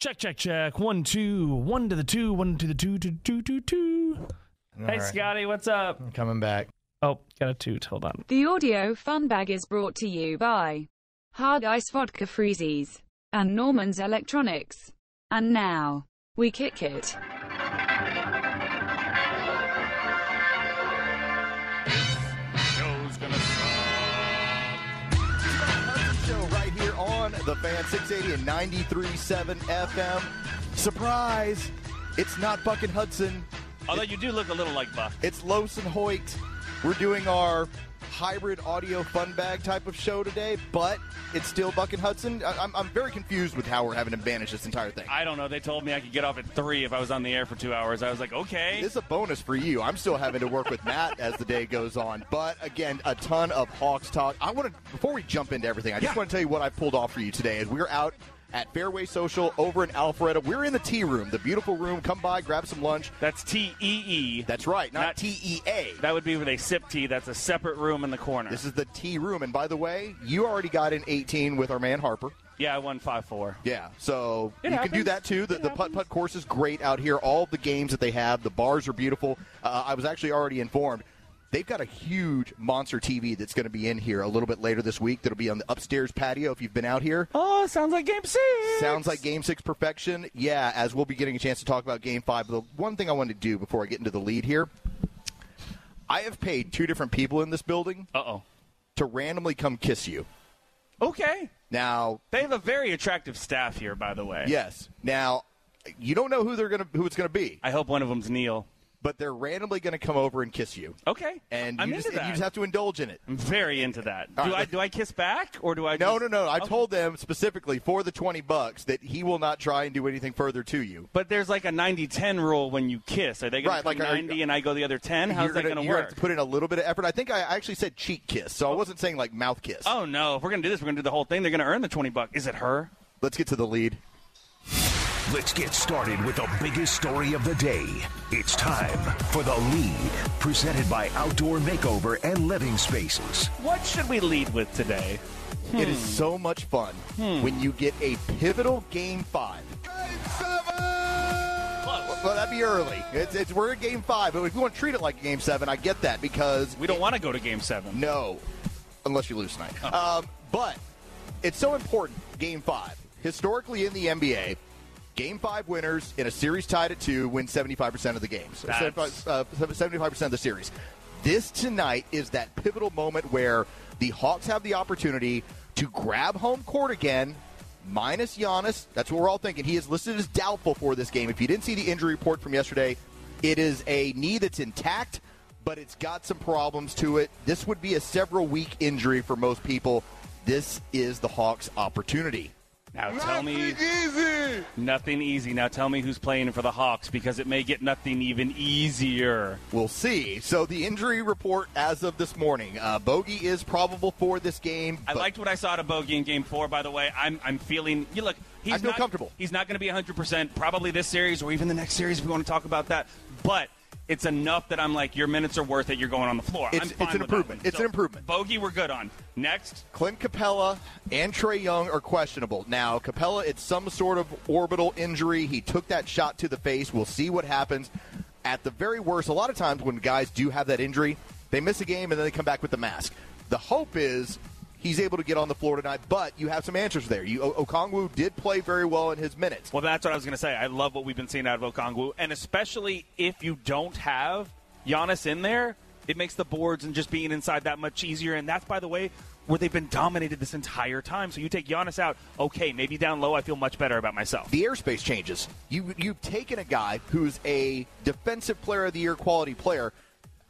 Check, check, check. One, two, one to the two, one to the two, two, two, two, two. hey, right. Scotty, what's up? I'm coming back. Oh, got a toot. Hold on. The audio fun bag is brought to you by Hard Ice Vodka Freezies and Norman's Electronics. And now, we kick it. show's gonna suck. show right here on the fan 680 and 93.7 FM. Surprise! It's not Buck and Hudson. Although you do look a little like Buck. It's Losen Hoyt. We're doing our hybrid audio fun bag type of show today, but it's still Buck and Hudson. I- I'm-, I'm very confused with how we're having to banish this entire thing. I don't know. They told me I could get off at three if I was on the air for two hours. I was like, okay. This is a bonus for you. I'm still having to work with Matt as the day goes on. But again, a ton of Hawks talk. I want to, before we jump into everything, I just Yeah. want to tell you what I pulled off for you today. Is we're out at Fairway Social over in Alpharetta. We're in the tea room, the beautiful room. Come by, grab some lunch. That's T E E. That's right, not Not- T E A. That would be where they sip tea. That's a separate room in the corner. This is the tea room. And by the way, you already got in 18 with our man Harper. yeah, I won five four. Yeah, so It you can do happens. that too. The, It the putt putt course is great out here. All the games that they have, the bars are beautiful. Uh, I was actually already informed. They've got a huge monster TV that's going to be in here a little bit later this week. That'll be on the upstairs patio. If you've been out here, Oh, sounds like game six. sounds like Game Six perfection. Yeah, as we'll be getting a chance to talk about Game Five. The one thing I wanted to do before I get into the lead here, I have paid two different people in this building Uh oh. to randomly come kiss you. Okay. Now, They have a very attractive staff here, by the way. yes, now you don't know who they're going to who it's going to be. I hope one of them's Neil. but they're randomly going to come over and kiss you. Okay. And I'm you into just, that. you just have to indulge in it. I'm very into that. All Do right. I do I kiss back or do I? No, no, just- no. I Okay. told them specifically for the 20 bucks that he will not try and do anything further to you. But there's like a 90-10 rule when you kiss. Are they going Right, to like, are- 90 and I go the other 10? you're How's that gonna- going to you're gonna work? have to put in a little bit of effort. I think I actually said cheek kiss, so I wasn't saying like mouth kiss. oh no! If we're going to do this, we're going to do the whole thing. They're going to earn the 20 buck. Is it her? Let's get to the lead. Let's get started with the biggest story of the day. It's time for The Lead, presented by Outdoor Makeover and Living Spaces. What should we lead with today? It is so much fun Hmm. when you get a pivotal game five. Well, that'd be early. It's, it's, we're at game five, but if you want to treat it like a game seven, I get that because We don't want to go to game seven. No, unless you lose tonight. Um, but it's so important. Game five, historically in the NBA, game five winners in a series tied at two win seventy five percent of the games, That's- seventy five uh, percent of the series. This tonight is that pivotal moment where the Hawks have the opportunity to grab home court again. Minus Giannis, that's what we're all thinking. He is listed as doubtful for this game. If you didn't see the injury report from yesterday, it is a knee that's intact, but it's got some problems to it. This would be a several week injury for most people. This is the Hawks' opportunity. Now tell me nothing easy. Now tell me who's playing for the Hawks because it may get nothing even easier. We'll see. So the injury report as of this morning, uh, Bogey is probable for this game. I but liked what I saw to Bogey in Game Four. By the way, I'm I'm feeling. You look, he's I feel not, comfortable. He's not going to be 100 percent probably this series or even the next series if we want to talk about that. But it's enough that I'm like your minutes are worth it. You're going on the floor. It's- I'm it's fine an with that improvement. one. It's an improvement. Bogey, we're good on. Next, Clint Capella and Trey Young are questionable. Now Capella, it's some sort of orbital injury. He took that shot to the face. We'll see what happens. At the very worst, a lot of times when guys do have that injury, they miss a game and then they come back with the mask. The hope is he's able to get on the floor tonight, but you have some answers there. You o- Okongwu did play very well in his minutes. Well, that's what I was going to say. I love what we've been seeing out of Okongwu, and especially if you don't have Giannis in there, it makes the boards and just being inside that much easier. And that's, by the way, where they've been dominated this entire time. So you take Giannis out, okay, maybe down low, I feel much better about myself. the airspace changes. You you've taken a guy who's a defensive player of the year quality player,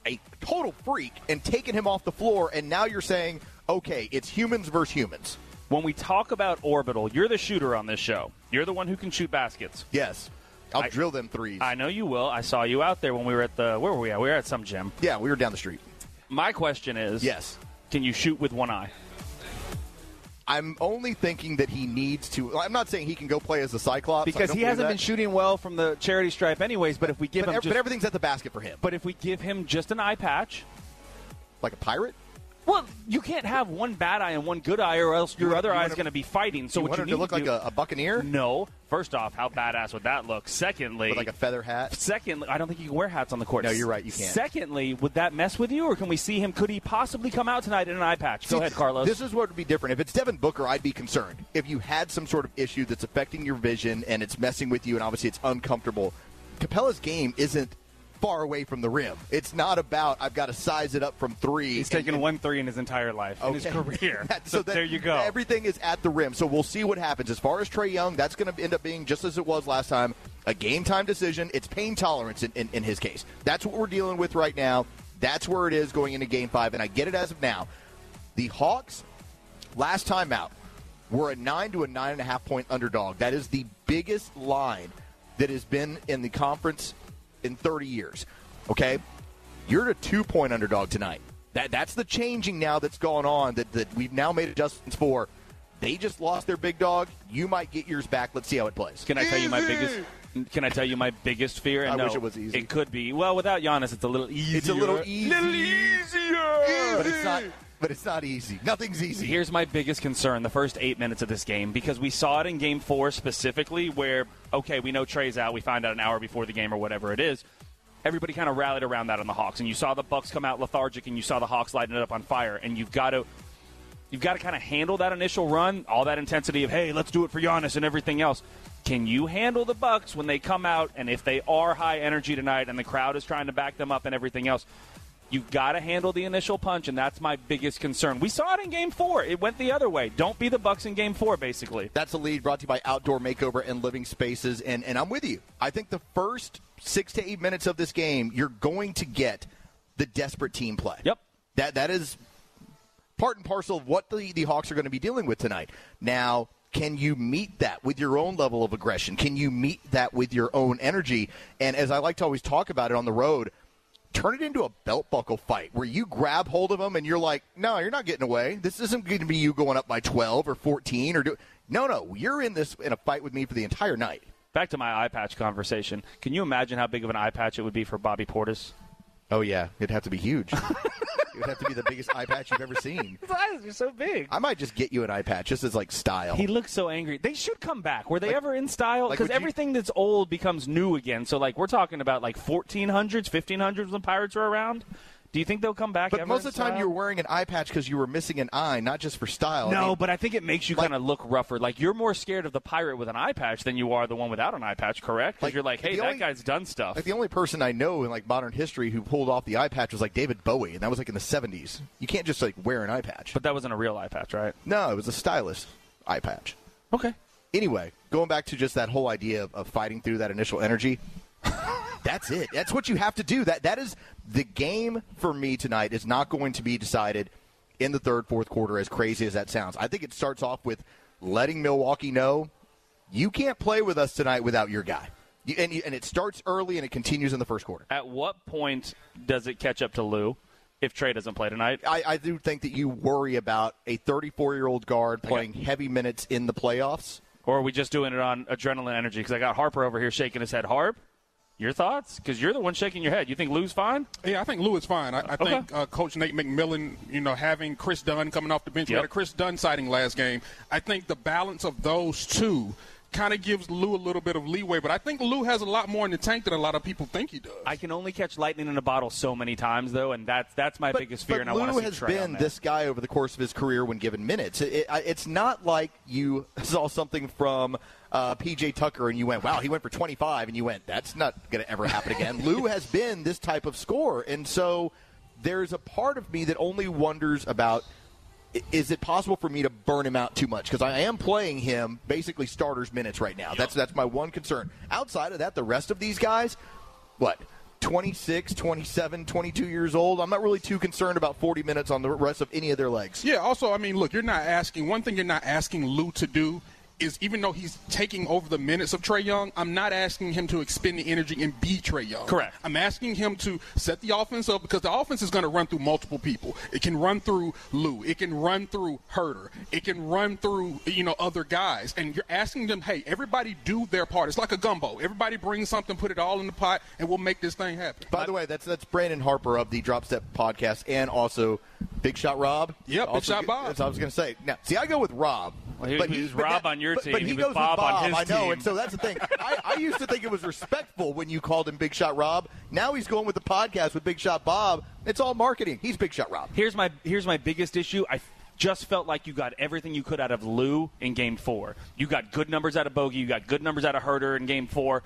a total freak, and taken him off the floor, and now you're saying, okay, it's humans versus humans. When we talk about orbital, you're the shooter on this show. You're the one who can shoot baskets. Yes. I'll I- drill them threes. I know you will. I saw you out there when we were at the where were we at? We were at some gym. yeah, we were down the street. My question is, Yes. can you shoot with one eye? I'm only thinking that he needs to. I'm not saying he can go play as the Cyclops. I Because don't he believe that. hasn't been shooting well from the charity stripe, anyways. But if we give But, him ev- just, but everything's at the basket for him. but if we give him just an eye patch, like a pirate. well, you can't have one bad eye and one good eye, or else your want- other you eye want is him- going to be fighting. So So you what want you him need to look like do, a, a buccaneer no. First off, how badass would that look? Secondly, with like a feather hat. Secondly, I don't think you can wear hats on the court. No, you're right, you can't. Secondly, would that mess with you, or can we see him? Could he possibly come out tonight in an eye patch? Go See, ahead, Carlos. This is what would be different. If it's Devin Booker, I'd be concerned. If you had some sort of issue that's affecting your vision and it's messing with you, and obviously it's uncomfortable. Capella's game isn't far away from the rim. It's not about I've got to size it up from three. He's and- taken and- one three in his entire life, in his Okay. career. That- so that- there you go. Everything is at the rim. So we'll see what happens. As far as Trey Young, that's going to end up being just as it was last time a game time decision. It's pain tolerance in, in, in his case. That's what we're dealing with right now. That's where it is going into game five. And I get it as of now. The Hawks, last time out, were a nine to a nine and a half point underdog. That is the biggest line that has been in the conference in 30 years. Okay? You're a two point underdog tonight. That that's the changing now that's gone on that, that we've now made adjustments for. They just lost their big dog. You might get yours back. Let's see how it plays. Can I tell you my biggest? Can I tell you my biggest fear? And I no, wish it was easy. It could be. Well, without Giannis, it's a little easier. It's a little easy, easier. but it's not. But it's not easy. Nothing's easy. Here's my biggest concern: the first eight minutes of this game, because we saw it in Game Four specifically, where okay, we know Trey's out. We find out an hour before the game or whatever it is. Everybody kind of rallied around that on the Hawks, and you saw the Bucks come out lethargic, and you saw the Hawks lighting it up on fire. And you've got to, you've got to kind of handle that initial run, all that intensity of hey, let's do it for Giannis and everything else. Can you handle the Bucks when they come out, and if they are high energy tonight, and the crowd is trying to back them up and everything else? You've got to handle the initial punch, and that's my biggest concern. We saw it in Game Four; it went the other way. Don't be the Bucks in Game Four, basically. That's a lead brought to you by Outdoor Makeover and Living Spaces. And, and I'm with you. I think the first six to eight minutes of this game, you're going to get the desperate team play. Yep. That that is part and parcel of what the, the Hawks are going to be dealing with tonight. Now, can you meet that with your own level of aggression? Can you meet that with your own energy? And as I like to always talk about it on the road, turn it into a belt buckle fight where you grab hold of them and you're like, no, you're not getting away. This isn't going to be you going up by 12 or 14 or do. No, no, you're in this in a fight with me for the entire night. Back to my eye patch conversation. Can you imagine how big of an eye patch it would be for Bobby Portis? Oh yeah, it'd have to be huge. it would have to be the biggest eye patch you've ever seen. His eyes are so big. I might just get you an eye patch just as like style. He looks so angry. They should come back. Were they ever in style? like, Because would you- everything that's old becomes new again. So, like, we're talking about like 1400s, 1500s when Pirates were around. Do you think they'll come back? But ever most in of the time, style? you were wearing an eye patch because you were missing an eye, not just for style. I No, mean, but I think it makes you Like- kind of look rougher. Like you're more scared of the pirate with an eye patch than you are the one without an eye patch, correct? Because Like, you're like, the hey, that only- guy's done stuff. like the only person I know in like modern history who pulled off the eye patch was like David Bowie, and that was like in the '70s. You can't just like wear an eye patch. but that wasn't a real eye patch, right? no, it was a stylist eye patch. Okay. Anyway, going back to just that whole idea of, of fighting through that initial energy. That's it. That's what you have to do. That that is the game for me tonight is not going to be decided in the third, fourth quarter, as crazy as that sounds. I think it starts off with letting Milwaukee know you can't play with us tonight without your guy. You, and, you, and it starts early and it continues in the first quarter. At what point does it catch up to Lou if Trey doesn't play tonight? I, I do think that you worry about a 34 year old guard playing heavy minutes in the playoffs. Or are we just doing it on adrenaline energy? Because I got Harper over here shaking his head. Harp, your thoughts? Because you're the one shaking your head. You think Lou's fine? Yeah, I think Lou is fine. I, I think uh, Coach Nate McMillan, you know, having Chris Dunn coming off the bench, we Yep. had a Chris Dunn sighting last game. I think the balance of those two kind of gives Lou a little bit of leeway, but I think Lou has a lot more in the tank than a lot of people think he does. I can only catch lightning in a bottle so many times, though, and that's that's my But- biggest fear. but and I Lou want to see has Trey on been that. this guy over the course of his career when given minutes. It- it- I- it's not like you saw something from uh, PJ Tucker and you went, "Wow, he went for 25," and you went, "That's not going to ever happen again." Lou has been this type of scorer, and so there's a part of me that only wonders about. i- Is it possible for me to burn him out too much? Because I am playing him basically starters minutes right now. That's that's my one concern. Outside of that, the rest of these guys, what 26 27 22 years old i'm not really too concerned about 40 minutes on the rest of any of their legs Yeah, also, I mean, look, you're not asking, one thing you're not asking Lou to do is even though he's taking over the minutes of Trey Young, I'm not asking him to expend the energy and be Trey Young. Correct. I'm asking him to set the offense up because the offense is going to run through multiple people. It can run through Lou. It can run through Herder. It can run through you know other guys. And you're asking them, hey, everybody do their part. It's like a gumbo. Everybody bring something, put it all in the pot, and we'll make this thing happen. By the way, that's that's Brandon Harper of the Drop Step podcast, and also Big Shot Rob. Yep, Big Also- Shot Bob. That's what I was going to say. Now, see, I go with Rob. Well, he- he was but Rob on your but- team. But he, He was goes with Bob on his I know, team. and so that's the thing. I, I used to think it was respectful when you called him Big Shot Rob. Now he's going with the podcast with Big Shot Bob. It's all marketing. He's Big Shot Rob. Here's my here's my biggest issue. I just felt like you got everything you could out of Lou in Game Four. You got good numbers out of Bogey. You got good numbers out of Herder in Game Four.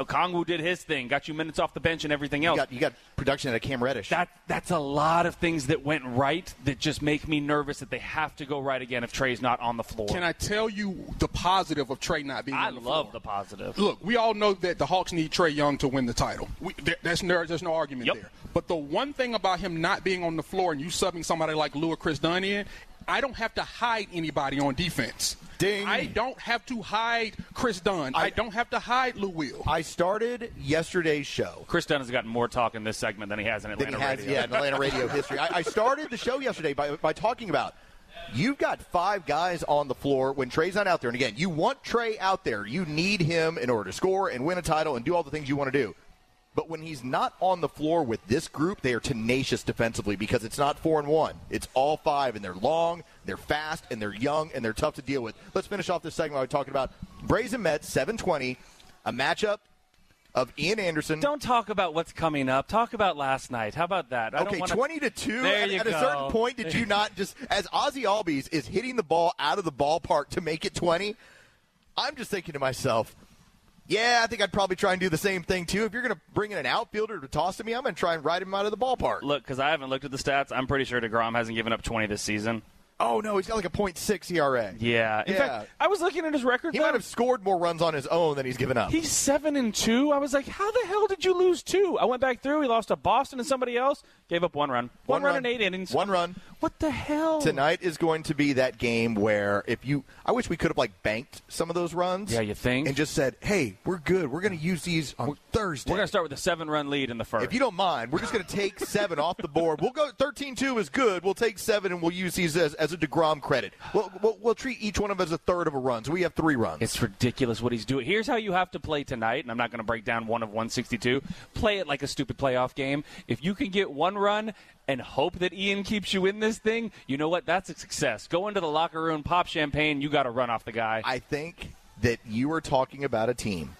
Okongwu did his thing, got you minutes off the bench and everything You else. got, you got production out of Cam Reddish. that that's a lot of things that went right that just make me nervous that they have to go right again if Trey's not on the floor. Can I tell you the positive of Trey not being? I on the love floor? the positive. Look, we all know that the Hawks need Trey Young to win the title. We, there, that's no, there's no argument Yep. there. But the one thing about him not being on the floor and you subbing somebody like Lou or Chris Dunn in, I don't have to hide anybody on defense. Ding. I don't have to hide Chris Dunn. I, I- don't have to hide Lou Will. I started yesterday's show. Chris Dunn has gotten more talk in this segment than he has in than Atlanta he has radio. yeah, in Atlanta radio history. I, I started the show yesterday by, by talking about you've got five guys on the floor when Trey's not out there. And again, you want Trey out there. You need him in order to score and win a title and do all the things you want to do. But when he's not on the floor with this group, they are tenacious defensively because it's not four and one. It's all five, and they're long, they're fast, and they're young, and they're tough to deal with. Let's finish off this segment by talking about Brazen Mets, 720, a matchup of Ian Anderson. Don't talk about what's coming up. Talk about last night. How about that? I okay, don't wanna... twenty to two. There at, you at a go. certain point, did you not just as Ozzy Albies is hitting the ball out of the ballpark to make it twenty? I'm just thinking to myself, yeah, I think I'd probably try and do the same thing too. If you're going to bring in an outfielder to toss to me, I'm going to try and ride him out of the ballpark. Look, because I haven't looked at the stats, I'm pretty sure Degrom hasn't given up 20 this season. Oh no, he's got like a .6 ERA. Yeah. In Yeah. fact, I was looking at his record. He though. might have scored more runs on his own than he's given up. He's seven and two. I was like, how the hell did you lose two? I went back through. He lost to Boston and somebody else. Gave up one run. One One, run, run. in eight innings. One run. What the hell? Tonight is going to be that game where if you, I wish we could have like banked some of those runs. Yeah, you think? And just said, hey, we're good. We're going to use these on Thursday. We're going to start with a seven run lead in the first. If you don't mind, we're just going to take seven off the board. We'll go 13 2 is good. We'll take seven and we'll use these as, as a DeGrom credit. We'll, we'll, we'll treat each one of them as a third of a run. So we have three runs. It's ridiculous what he's doing. Here's how you have to play tonight, and I'm not going to break down one of 162. Play it like a stupid playoff game. If you can get one run and hope that Ian keeps you in this thing, you know what? That's a success. Go into the locker room, pop champagne. You got to run off the guy. I think that you are talking about a team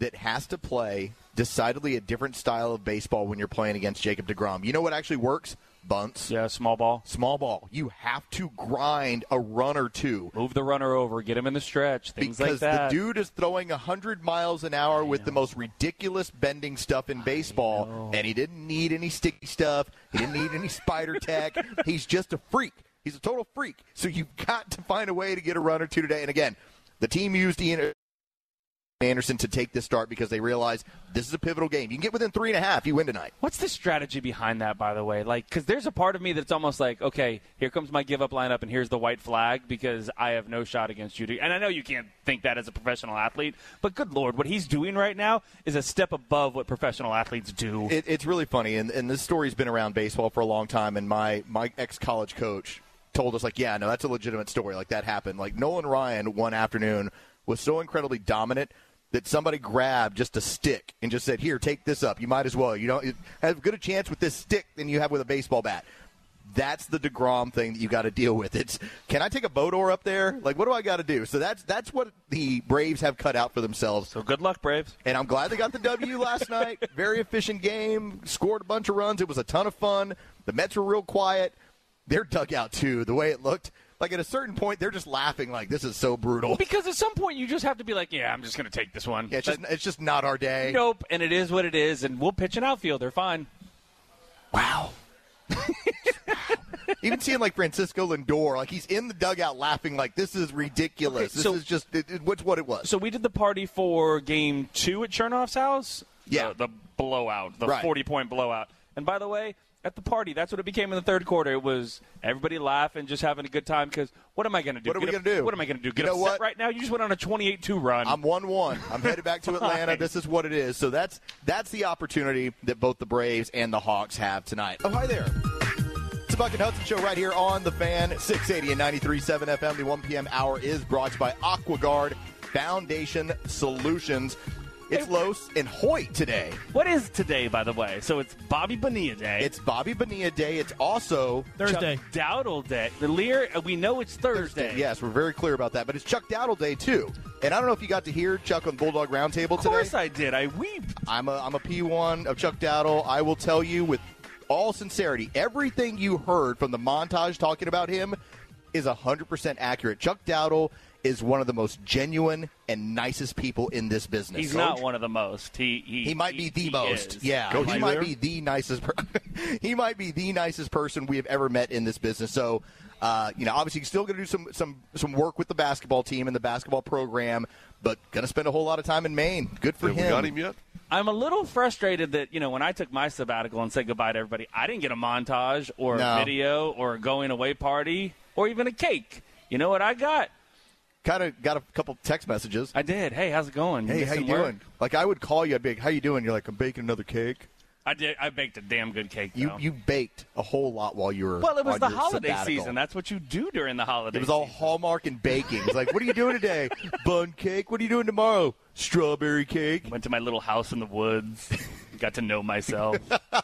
that has to play decidedly a different style of baseball when you're playing against Jacob DeGrom. You know what actually works? Bunts. yeah, small ball. Small ball. You have to grind a run or two. Move the runner over. Get him in the stretch. Things because like that. the dude is throwing 100 miles an hour with the most ridiculous bending stuff in baseball, and he didn't need any sticky stuff. He didn't need any spider tech. He's just a freak. He's a total freak. So you've got to find a way to get a run or two today. And again, the team used Ian Anderson to take this start because they realized this is a pivotal game. You can get within three and a half, you win tonight. What's the strategy behind that, by the way? Like, because there's a part of me that's almost like, okay, here comes my give up lineup, and here's the white flag because I have no shot against you. to- And I know you can't think that as a professional athlete, but good lord, what he's doing right now is a step above what professional athletes do. It, it's really funny, and, and this story's been around baseball for a long time. And my my ex college coach told us like, yeah, no, that's a legitimate story. Like that happened. Like Nolan Ryan one afternoon was so incredibly dominant that somebody grabbed just a stick and just said, here, take this up. You might as well. You don't you have good a chance with this stick than you have with a baseball bat. That's the Degrom thing that you got to deal with. It's can I take a Bodor up there? Like, what do I got to do? So that's that's what the Braves have cut out for themselves. so good luck, Braves. And I'm glad they got the W last night. Very efficient game. Scored a bunch of runs. It was a ton of fun. The Mets were real quiet. Their dugout too. The way it looked, like at a certain point, they're just laughing. Like this is so brutal. Because at some point you just have to be like, yeah, I'm just going to take this one. Yeah, it's just, Like, it's just not our day. nope, and it is what it is, and we'll pitch an outfielder. Fine. Wow. Even seeing like Francisco Lindor, like he's in the dugout laughing, like this is ridiculous. Okay, this so- is just it, it- what's what it was. So we did the party for game two at Chernoff's house. Yeah. The, the blowout, the Right. 40 point blowout. And by the way, at the party. That's what it became in the third quarter. It was everybody laughing, just having a good time. Because what am I going to do? What are we Get up- gonna do? What am I going to do? Get know upset what? right now? You just went on a 28-2 run. I'm one one. I'm headed back to Atlanta. Fine. This is what it is. So that's that's the opportunity that both the Braves and the Hawks have tonight. Oh hi there. It's the Buck and Hudson show right here on the fan 680 and 93.7 FM. The 1 p.m. hour is brought to you by AquaGuard Foundation Solutions. It's Los and Hoyt today. What is today, by the way? So it's Bobby Bonilla Day. It's Bobby Bonilla Day. It's also Thursday. Chuck Dowdle Day. The Lear. uh, We know it's Thursday. Yes, we're very clear about that. But it's Chuck Dowdle Day too. And I don't know if you got to hear Chuck on Bulldog Roundtable Of today. course I did. I weep. I'm a I'm a P1 of Chuck Dowdle. I will tell you with all sincerity, everything you heard from the montage talking about him is 100% accurate. Chuck Dowdle is one of the most genuine and nicest people in this business. He's not one of the most. He he, He might be the he most. is. Yeah, Like, he might be the nicest. Per- he might be the nicest person we have ever met in this business. So, uh, you know, obviously, he's still going to do some some some work with the basketball team and the basketball program, but going to spend a whole lot of time in Maine. Good for Have him. we got him yet? I'm a little frustrated that you know when I took my sabbatical and said goodbye to everybody, I didn't get a montage or No. a video or a going away party or even a cake. You know what I got? Kind of got a couple text messages. I did. Hey, how's it going? Hey, get how some you work? doing? Like I would call you, I'd be like, "How you doing?" You're like, "I'm baking another cake." I did. I baked a damn good cake. You though. you baked a whole lot while you were. well, it was on the your holiday sabbatical. season. That's what you do during the holiday. It was all season. Hallmark and baking. It's like, what are you doing today? Bun cake. What are you doing tomorrow? Strawberry cake. Went to my little house in the woods. got to know myself.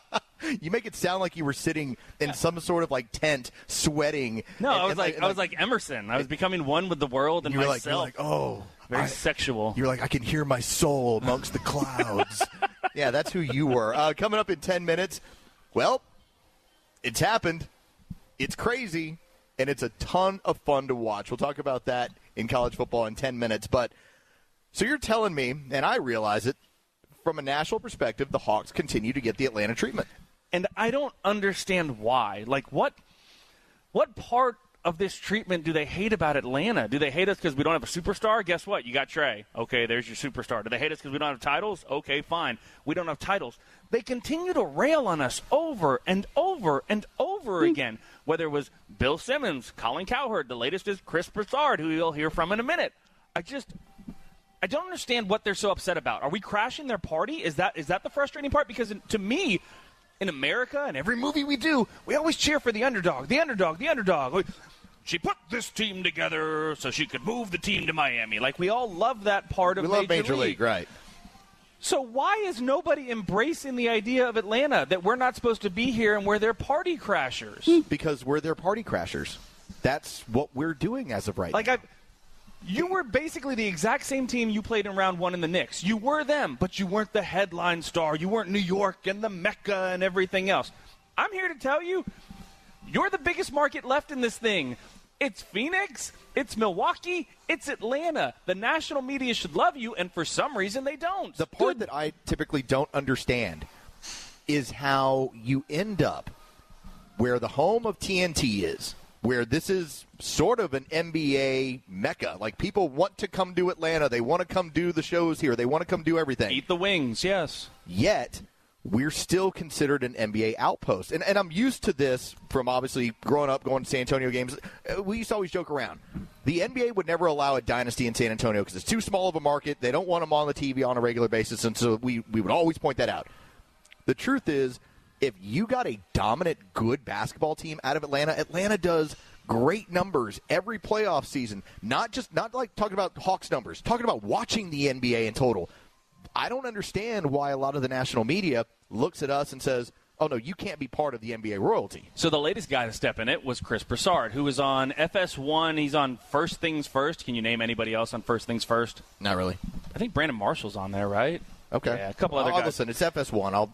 You make it sound like you were sitting in some sort of like tent, sweating. No, and- I was and like, and I was like Emerson. I was becoming one with the world and you were like, you were myself. like, oh, Very I- sexual. You're like, I can hear my soul amongst the clouds. yeah, that's who you were. Uh, coming up in 10 minutes. Well, it's happened. It's crazy. And it's a ton of fun to watch. We'll talk about that in college football in 10 minutes. But so you're telling me, and I realize it, from a national perspective, the Hawks continue to get the Atlanta treatment. and I don't understand why. Like what what part of this treatment do they hate about Atlanta? Do they hate us because we don't have a superstar? Guess what? You got Trey. Okay, there's your superstar. Do they hate us because we don't have titles? Okay, fine. We don't have titles. They continue to rail on us over and over and over again. Whether it was Bill Simmons, Colin Cowherd, the latest is Chris Broussard, who you'll hear from in a minute. I just I don't understand what they're so upset about. Are we crashing their party? Is that is that the frustrating part? Because in- to me, in America and every movie we do, we always cheer for the underdog, the underdog, the underdog. We- She put this team together so she could move the team to Miami. Like we all love that part of We love Major League, right? So why is nobody embracing the idea of Atlanta that we're not supposed to be here and we're their party crashers? Because we're their party crashers. That's what we're doing as of right Like now. I, you were basically the exact same team you played in round one in the Knicks. You were them, but you weren't the headline star. You weren't New York and the Mecca and everything else. I'm here to tell you, you're the biggest market left in this thing. It's Phoenix, it's Milwaukee, it's Atlanta. The national media should love you, and for some reason they don't. the part that I typically don't understand is how you end up where the home of TNT is, where this is sort of an NBA mecca. Like people want to come to Atlanta, they want to come do the shows here, they want to come do everything Eat the wings, yes. yet we're still considered an NBA outpost. And, and I'm used to this from obviously growing up going to San Antonio games. Uh, We used to always joke around. The NBA would never allow a dynasty in San Antonio because it's too small of a market. They don't want them on the TV on a regular basis. And so we, we would always point that out. The truth is, if you got a dominant, good basketball team out of Atlanta, Atlanta does great numbers every playoff season. Not just not like talking about Hawks numbers, talking about watching the NBA in total. I don't understand why a lot of the national media looks at us and says, "Oh no, you can't be part of the NBA royalty." So the latest guy to step in it was Chris Broussard, who was on FS1. He's on First Things First. Can you name anybody else on First Things First? Not really. I think Brandon Marshall's on there, right? Okay. Yeah, a couple other I'll- I'll guys. Listen, it's FS1. I'll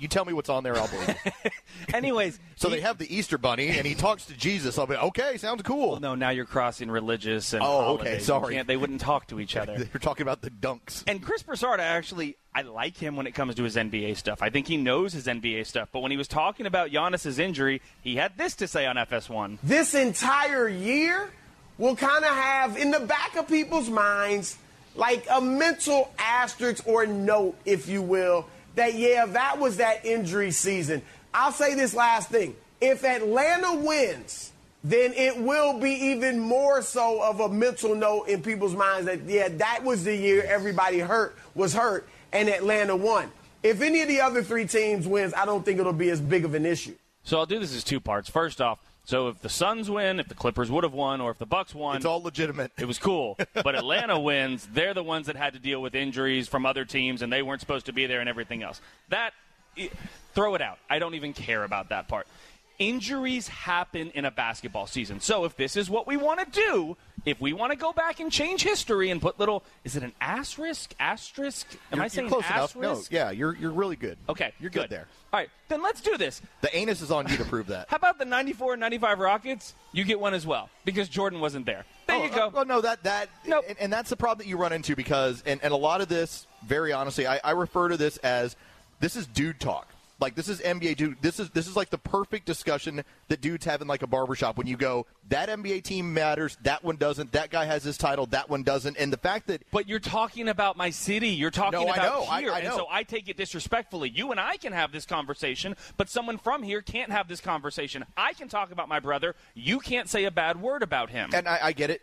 you tell me what's on there. I'll believe. it. Anyways, so he- they have the Easter Bunny, and he talks to Jesus. I'll be okay. Sounds cool. No, now you're crossing religious and. Oh, okay, holidays. You sorry. can't- they wouldn't talk to each other. They're talking about the dunks. And Chris Broussard, I actually I like him when it comes to his NBA stuff. I think he knows his NBA stuff. But when he was talking about Giannis's injury, he had this to say on FS1. this entire year will kind of have in the back of people's minds like a mental asterisk or note, if you will, that yeah, that was that injury season. I'll say this last thing. If Atlanta wins, then it will be even more so of a mental note in people's minds that, yeah, that was the year everybody hurt was hurt and Atlanta won. If any of the other three teams wins, I don't think it'll be as big of an issue. So I'll do this as two parts. First off, so if the Suns win, if the Clippers would have won, or if the Bucks won, it's all legitimate. It was cool. But Atlanta wins. They're the ones that had to deal with injuries from other teams, and they weren't supposed to be there, and everything else. That throw it out. I don't even care about that part. Injuries happen in a basketball season. So if this is what we want to do, if we want to go back and change history and put little, is it an asterisk? Asterisk? Am you're, I saying you're close asterisk? enough? No, yeah, you're you're really good. Okay, you're good. good there. All right, then let's do this. The anus is on you to prove that. How about the 94 and 95 Rockets? You get one as well because Jordan wasn't there. There oh, you go. Oh, oh, no, that that and, and that's the problem that you run into because and, and a lot of this, very honestly, I, I refer to this as this is dude talk. Like this is NBA dude. This is this is like the perfect discussion that dudes have in like a barbershop when you go, that NBA team matters, that one doesn't, that guy has his title, that one doesn't, and the fact that But you're talking about my city. You're talking No, I about know. I- here. I And know. so I take it disrespectfully. You and I can have this conversation, but someone from here can't have this conversation. I can talk about my brother. You can't say a bad word about him. and I, I get it.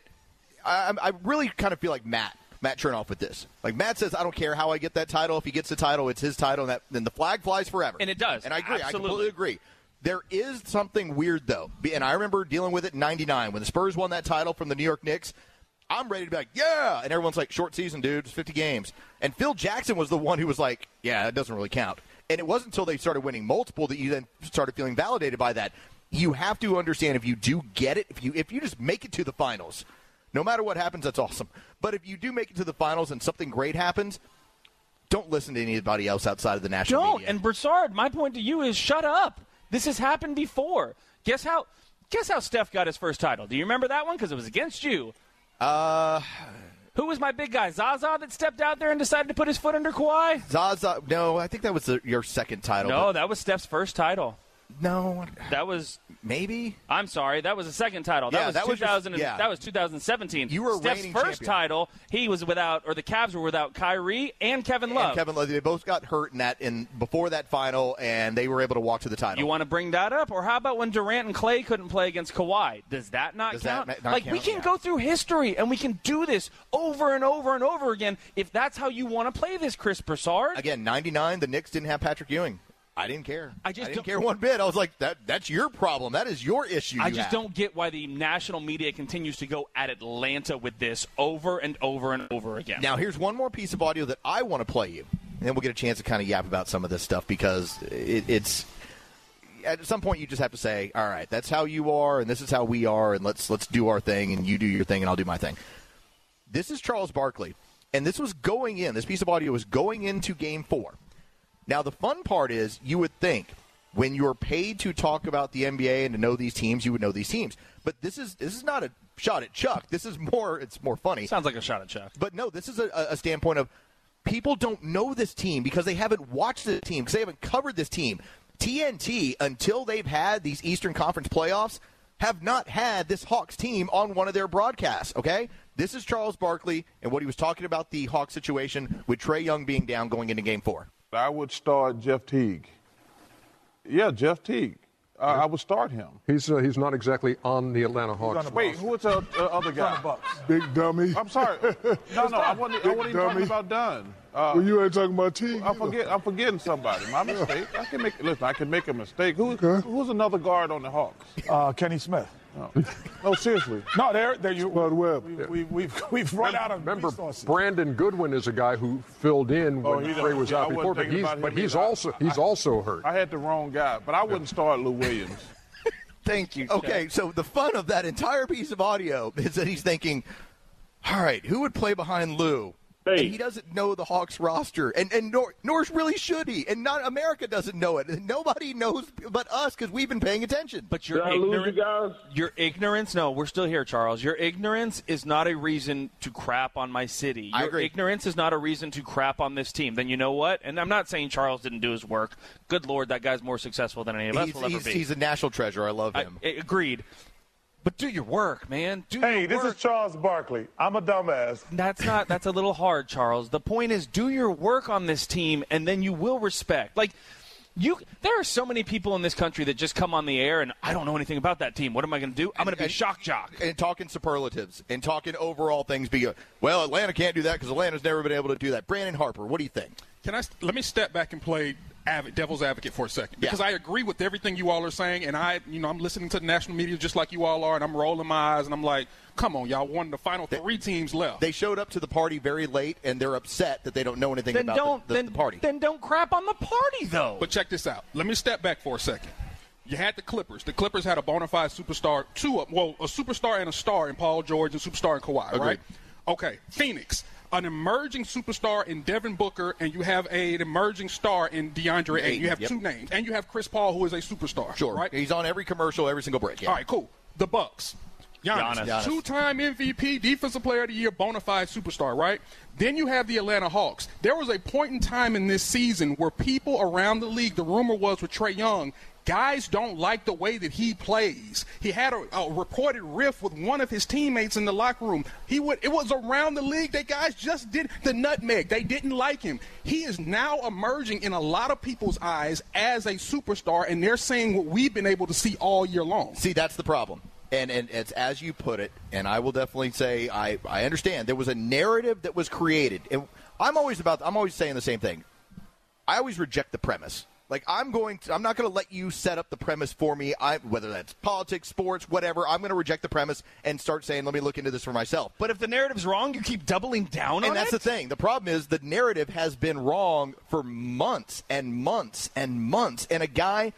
I, I'm- I really kind of feel like Matt Matt Chernoff with this. Like Matt says, I don't care how I get that title. If he gets the title, it's his title, and that, then the flag flies forever. And it does. And I agree. I Absolutely. completely agree. There is something weird though, Be- and I remember dealing with it in '99 when the Spurs won that title from the New York Knicks. I'm ready to be like, yeah, and everyone's like, short season, dude, it's 50 games. And Phil Jackson was the one who was like, yeah, that doesn't really count. And it wasn't until they started winning multiple that you then started feeling validated by that. You have to understand if you do get it, if you if you just make it to the finals, no matter what happens, that's awesome. But if you do make it to the finals and something great happens, don't listen to anybody else outside of the national don't. media. And Broussard, my point to you is shut up. This has happened before. Guess how guess how Steph got his first title? Do you remember that one? Because it was against you. Uh who was my big guy? Zaza that stepped out there and decided to put his foot under Kawhi? Zaza, no, I think that was the, your second title. No, that was Steph's first title. No, that was maybe. I'm sorry, that was a second title. That Yeah, was that was your- 2000. and- yeah. That was 2017. You were Steph's reigning first champion. title. He was without, or the Cavs were without Kyrie and Kevin Love. and Kevin Love, they both got hurt in that in before that final, and they were able to walk to the title. You want to bring that up, or how about when Durant and Clay couldn't play against Kawhi? Does that not Does that count? ma- not like we count? can Yeah. go through history and we can do this over and over and over again if that's how you want to play this, Chris Broussard. Again, '99, the Knicks didn't have Patrick Ewing. I didn't care. I just didn't don't- care one bit. I was like, that that's your problem. That is your issue. I you just have. don't get why the national media continues to go at Atlanta with this over and over and over again. Now, here's one more piece of audio that I want to play you, and then we'll get a chance to kind of yap about some of this stuff because it, it's at some point you just have to say, "All right, that's how you are, and this is how we are, and let's let's do our thing, and you do your thing, and I'll do my thing." This is Charles Barkley, and this was going in. This piece of audio was going into Game Four. Now, the fun part is, you would think when you're paid to talk about the NBA and to know these teams, you would know these teams. But this is this is not a shot at Chuck. This is more. It's more funny. Sounds like a shot at Chuck. But no, this is a, a standpoint of people don't know this team because they haven't watched this team because they haven't covered this team. TNT until they've had these Eastern Conference playoffs have not had this Hawks team on one of their broadcasts. Okay, this is Charles Barkley and what he was talking about the Hawks situation with Trey Young being down going into Game Four. I would start Jeff Teague. Yeah, Jeff Teague. I I would start him. He's uh, he's not exactly on the Atlanta Hawks. Wait, who was the uh, other guy? Big dummy. I'm sorry. No, no, I wasn't, I wasn't even talking about Dunn. Uh, well, you ain't talking about Teague. I forget. I'm forgetting somebody. My mistake. I can make. Listen, I can make a mistake. Who, Who's another guard on the Hawks? Uh, Kenny Smith. No, no seriously. No, there, there you. Spud Webb. We, we, we've, we've run out of Remember, resources. Brandon Goodwin is a guy who filled in Oh, when he don't- Trey was yeah, I out wasn't before, but thinking he's about him but he's either. also he's also hurt. I had the wrong guy, but I wouldn't start Lou Williams. Thank you. Okay, so the fun of that entire piece of audio is that he's thinking, all right, who would play behind Lou? And he doesn't know the Hawks roster, and and nor, nor really should he, and not America doesn't know it. Nobody knows but us because we've been paying attention. But you're ignorant. Your ignorance, no, we're still here, Charles. Your ignorance is not a reason to crap on my city. Your I agree. ignorance is not a reason to crap on this team. Then you know what? And I'm not saying Charles didn't do his work. Good lord, that guy's more successful than any of us He's, will ever he's, be. he's a national treasure. I love him. I- agreed. But do your work, man. Do hey, your this work. is Charles Barkley. I'm a dumbass. That's not. That's a little hard, Charles. The point is, do your work on this team, and then you will respect. Like, You, there are so many people in this country that just come on the air and I don't know anything about that team. What am I going to do? I'm going to be shock jock. and talking superlatives and talking overall things. Be well, Atlanta can't do that because Atlanta's never been able to do that. Brandon Harper, what do you think? Can I let me step back and play avid, devil's advocate for a second because I agree with everything you all are saying, and I, you know, I'm listening to the national media just like you all are, and I'm rolling my eyes and I'm like, come on, y'all, one of the final three teams left. They showed up to the party very late and they're upset that they don't know anything Then about don't- the, the- the party. Then don't crap on the party, though. But check this out. Let me step back for a second. You had the Clippers. The Clippers had a bona fide superstar, two of well, a superstar and a star in Paul George and superstar in Kawhi, right? Okay, Phoenix, an emerging superstar in Devin Booker, and you have a, an emerging star in DeAndre Ayton. Ayton, You have yep. two names, and you have Chris Paul, who is a superstar. Sure, right? He's on every commercial, every single break. All right, cool. The Bucks. Giannis, Giannis. Giannis. two-time MVP, Defensive Player of the Year, bona fide superstar, right? Then you have the Atlanta Hawks. There was a point in time in this season where people around the league, the rumor was with Trey Young, guys don't like the way that he plays. He had a, a reported riff with one of his teammates in the locker room. He would. It was around the league that guys just did the nutmeg. They didn't like him. He is now emerging in a lot of people's eyes as a superstar, and they're seeing what we've been able to see all year long. See, that's the problem. And, and it's as you put it, and I will definitely say I, I understand. There was a narrative that was created. And I'm always about I'm always saying the same thing. I always reject the premise. Like I'm going to I'm not going to let you set up the premise for me. I whether that's politics, sports, whatever, I'm going to reject the premise and start saying let me look into this for myself. But if the narrative's wrong, you keep doubling down on and that's it? the thing. The problem is the narrative has been wrong for months and months and months. And a guy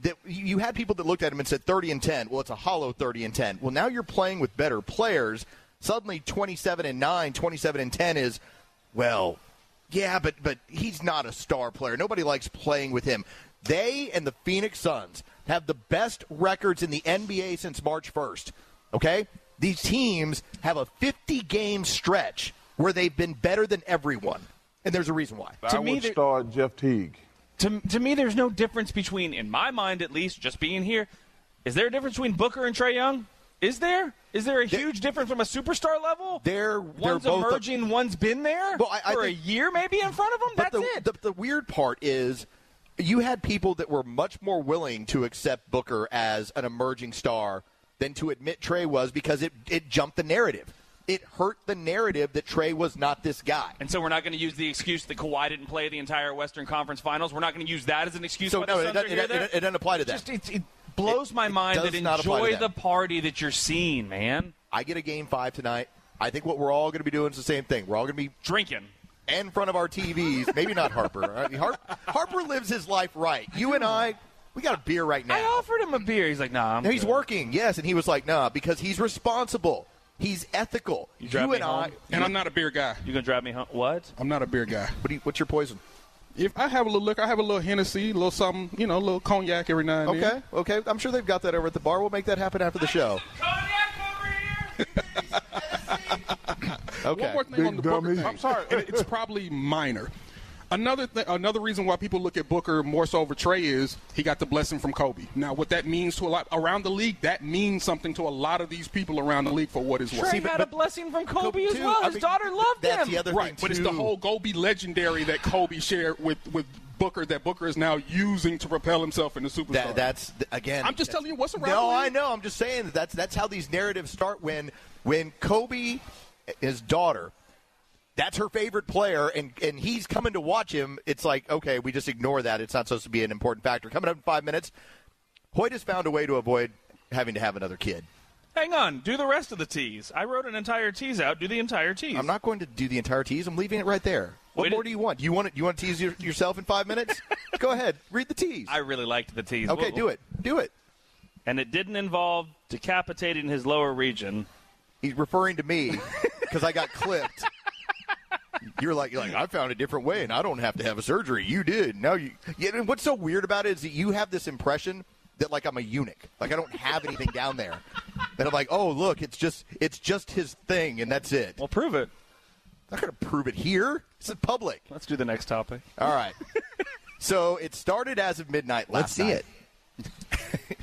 that you had people that looked at him and said 30 and 10. Well, it's a hollow 30 and 10. Well, now you're playing with better players. Suddenly 27 and 9, 27 and 10 is well, yeah, but but he's not a star player. Nobody likes playing with him. They and the Phoenix Suns have the best records in the NBA since March 1st. Okay? These teams have a 50 game stretch where they've been better than everyone. And there's a reason why. I would start Jeff Teague. To, to me, there's no difference between, in my mind at least, just being here. Is there a difference between Booker and Trey Young? Is there? Is there a huge difference from a superstar level? They're one's both a- emerging, one's been there Well, I- I for think- a year maybe in front of them. That's but it. the, The, the weird part is you had people that were much more willing to accept Booker as an emerging star than to admit Trey was because it, it jumped the narrative. It hurt the narrative that Trey was not this guy. And so we're not going to use the excuse that Kawhi didn't play the entire Western Conference Finals. We're not going to use that as an excuse. So, why no, the it Suns doesn't- are here it- there. it- it doesn't apply to that. Just, it, it blows my mind does that not apply to enjoy that. the party that you're seeing, man. I get a game five tonight. I think what we're all going to be doing is the same thing. We're all going to be drinking in front of our TVs. Maybe not Harper. I mean, Har- Harper lives his life right. You and I, we got a beer right now. I offered him a beer. He's like, nah. I'm he's working. Yes, and he was like, nah, because he's responsible. He's ethical. You, drive me and I, home? And I'm not a beer guy. You gonna drive me home? What? I'm not a beer guy. What do you, what's your poison? If I have a little liquor, I have a little Hennessy, a little something, you know, a little cognac every now and then. Okay, okay. I'm sure they've got that over at the bar. We'll make that happen after the show. Okay. One more thing Big on the Booker dummy. thing. I'm sorry, it- it's probably minor. Another thing, another reason why people look at Booker more so over Trey is he got the blessing from Kobe. Now, what that means to a lot around the league, that means something to a lot of these people around the league for what it's worth. Trey had a blessing from Kobe as too, well. I His mean, daughter loved him. right? But it's the whole Kobe legendary that Kobe shared with with Booker that Booker is now using to propel himself into superstar. that's again. I'm just telling you what's around. No, the I league. know. I'm just saying that that's that's how these narratives start when when Kobe, eh, his daughter, that's her favorite player, and and he's coming to watch him. It's like okay, we just ignore that. It's not supposed to be an important factor. Coming up in five minutes, Hoyt has found a way to avoid having to have another kid. Hang on. Do the rest of the teas. I wrote an entire tease out. Do the entire tease. I'm not going to do the entire tease. I'm leaving it right there. What more do you want? You want to, you want to tease your, yourself in five minutes? Go ahead, read the tease. I really liked the tease. Okay, We'll- do it. Do it. And it didn't involve decapitating his lower region. He's referring to me because I got clipped. You're like, you're like, I found a different way, and I don't have to have a surgery. You did. Now you. Yeah, and what's so weird about it is that you have this impression that like I'm a eunuch, like I don't have anything down there, and I'm like, oh look, it's just it's just his thing, and that's it. Well, prove it. I'm not gonna prove it here. It's in public. Let's do the next topic. All right. so it started as of midnight. Let's see it.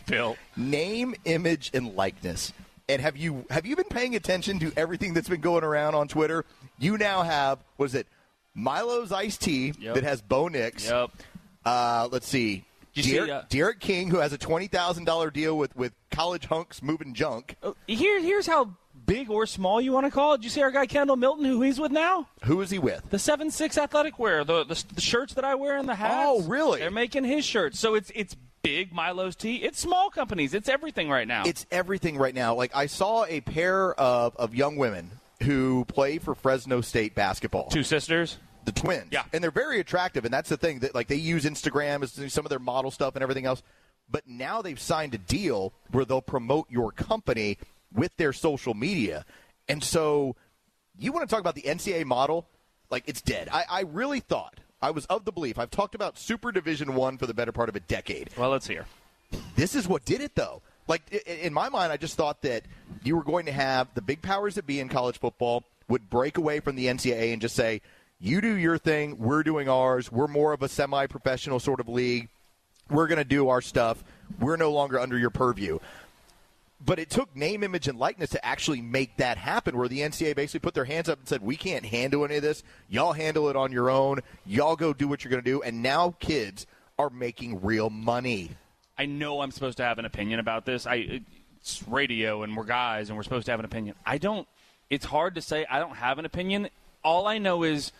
Bill. Name, image, and likeness. And have you have you been paying attention to everything that's been going around on Twitter? You now have was it Milo's iced tea Yep. that has Bo Nix. Yep. Uh, let's see. You see, Derek, uh, Derek King, who has a twenty thousand dollar deal with, with college hunks moving junk, Here, here's how big or small you want to call it. You see our guy Kendall Milton, who he's with now? Who is he with? The seven six athletic wear, the, the the shirts that I wear and the hats. Oh, really? They're making his shirts. So it's it's big Milo's tea. It's small companies. It's everything right now. It's everything right now. Like I saw a pair of, of young women who play for Fresno State basketball. Two sisters. The twins. Yeah. And they're very attractive and that's the thing that like they use Instagram as some of their model stuff and everything else. But now they've signed a deal where they'll promote your company with their social media. And so you want to talk about the NCAA model? Like it's dead. I, I really thought I was of the belief. I've talked about Super Division One for the better part of a decade. Well, let's hear. This is what did it though. Like i- i- in my mind, I just thought that you were going to have the big powers that be in college football would break away from the NCAA and just say, "You do your thing, we're doing ours. We're more of a semi-professional sort of league. We're going to do our stuff. We're no longer under your purview." But it took name, image, and likeness to actually make that happen, where the NCAA basically put their hands up and said, We can't handle any of this. Y'all handle it on your own. Y'all go do what you're going to do. And now kids are making real money. I know I'm supposed to have an opinion about this. I it's radio and we're guys and we're supposed to have an opinion. I don't. It's hard to say I don't have an opinion. All I know is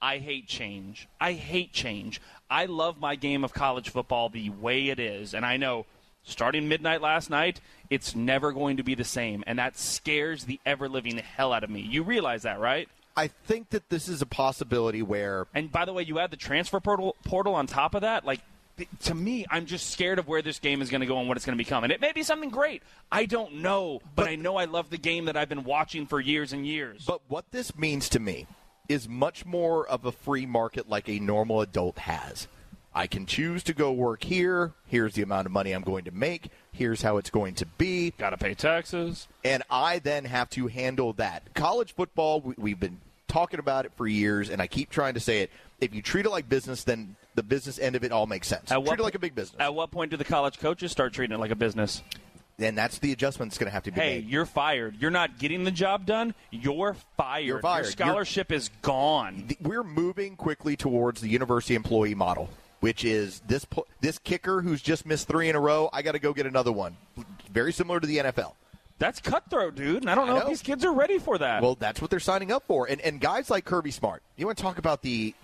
I hate change. I hate change. I love my game of college football the way it is, and I know starting midnight last night, it's never going to be the same, and that scares the ever living hell out of me. You realize that, right? I think that this is a possibility where. And by the way, you add the transfer portal, portal on top of that. Like, th- to me, I'm just scared of where this game is going to go and what it's going to become. And it may be something great. I don't know, but, I know I love the game that I've been watching for years and years. But what this means to me is much more of a free market like a normal adult has. I can choose to go work here. Here's the amount of money I'm going to make. Here's how it's going to be. Got to pay taxes. And I then have to handle that. College football, we, we've been talking about it for years, and I keep trying to say it. If you treat it like business, then the business end of it all makes sense. treat it like a big business. At what point do the college coaches start treating it like a business? And that's the adjustment that's going to have to be Hey, made. you're fired. You're not getting the job done. You're fired. You're fired. Your You're- scholarship is gone. We're moving quickly towards the university employee model, which is this pl- this kicker who's just missed three in a row. I got to go get another one. Very similar to the NFL. That's cutthroat, dude. And I don't know, if these kids are ready for that. Well, that's what they're signing up for. And and guys like Kirby Smart. You want to talk about the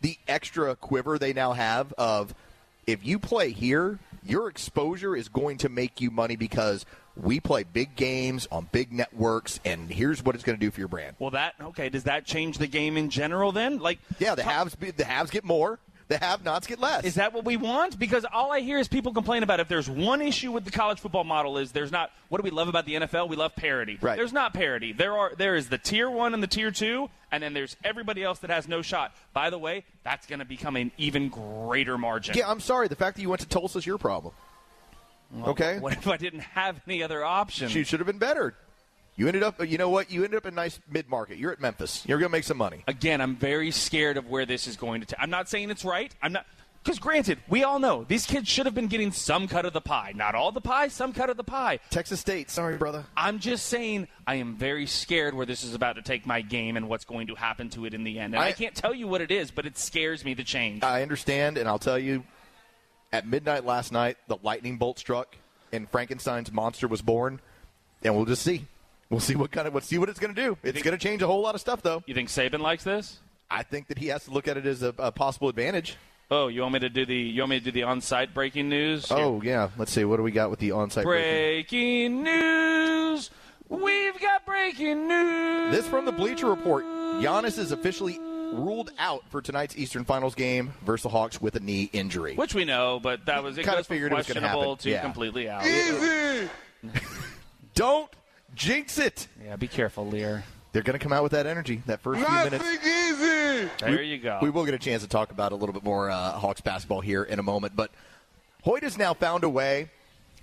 the extra quiver they now have of if you play here, your exposure is going to make you money because we play big games on big networks and here's what it's going to do for your brand. Well, that okay. Does that change the game in general? Then, like, yeah, the haves be- the haves get more, the have-nots get less. Is that what we want? Because all I hear is people complain about. If there's one issue with the college football model, is there's not. What do we love about the NFL? We love parity. Right. There's not parity. There are. There is the tier one and the tier two, and then there's everybody else that has no shot. By the way, that's going to become an even greater margin. Yeah, I'm sorry. The fact that you went to Tulsa's your problem. okay. What if I didn't have any other option? She should have been better. You ended up. You know what? You ended up in nice mid market. You're at Memphis. You're going to make some money. Again, I'm very scared of where this is going to. T- I'm not saying it's right. I'm not. Because granted, we all know these kids should have been getting some cut of the pie. Not all the pie, some cut of the pie. Texas State, sorry, brother. I'm just saying, I am very scared where this is about to take my game and what's going to happen to it in the end. And I, I- can't tell you what it is, but it scares me to change. I understand, and I'll tell you. At midnight last night, the lightning bolt struck, and Frankenstein's monster was born. And we'll just see. We'll see what kind of. We'll see what it's going to do. It's going to change a whole lot of stuff, though. You think Saban likes this? I think that he has to look at it as a, a possible advantage. Oh, you want me to do the you want me to do the on-site breaking news? Here. Oh yeah. Let's see. What do we got with the onside? breaking? breaking news. We've got breaking news. This from the Bleacher Report. Giannis is officially ruled out for tonight's Eastern Finals game versus the Hawks with a knee injury. Which we know, but that was it Kinda goes from figured it was gonna questionable happen. to Yeah. completely out. Easy. Don't jinx it. Yeah, be careful, Lear. They're going to come out with that energy that first few minutes. easy. There you go. We will get a chance to talk about a little bit more uh, Hawks basketball here in a moment. But Hoyt has now found a way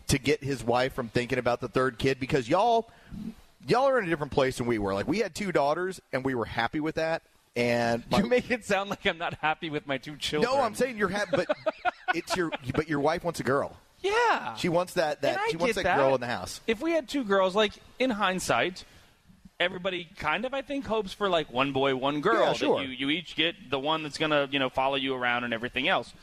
to get his wife from thinking about the third kid because y'all, y'all are in a different place than we were. Like we had two daughters and we were happy with that. And my, You make it sound like I'm not happy with my two children. No, I'm saying you're happy, but it's your but your wife wants a girl. Yeah. She wants that that And I she wants get that, girl that. in the house. If we had two girls, like in hindsight, everybody kind of I think hopes for like one boy, one girl. Yeah, sure. That you, you each get the one that's gonna, you know, follow you around and everything else.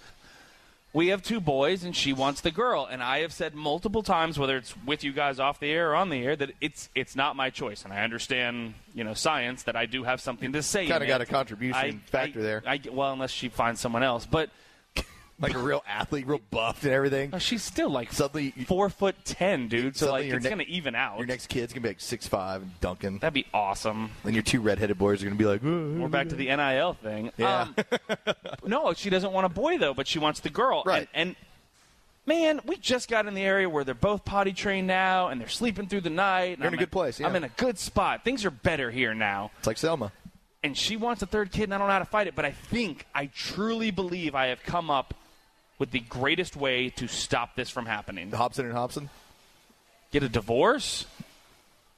we have two boys and she wants the girl. And I have said multiple times, whether it's with you guys off the air or on the air, that it's it's not my choice. And I understand, you know, science that I do have something to say. Kind of in got it. a contribution I- factor I- there. I, well, unless she finds someone else, but like a real athlete, real buffed and everything. she's still like suddenly four foot ten, dude. So suddenly like your it's ne- gonna even out. Your next kid's gonna be like six five and Duncan. That'd be awesome. Then your two redheaded boys are gonna be like, We're back to the NIL thing. Yeah. Um, no, she doesn't want a boy though, but she wants the girl. Right. And, and man, we just got in the area where they're both potty trained now, and they're sleeping through the night. and You're in a I'm good place, yeah. I'm in a good spot. Things are better here now. It's like Selma. And she wants a third kid, and I don't know how to fight it. But I think I truly believe I have come up with the greatest way to stop this from happening. Hobson and Hobson. Get a divorce.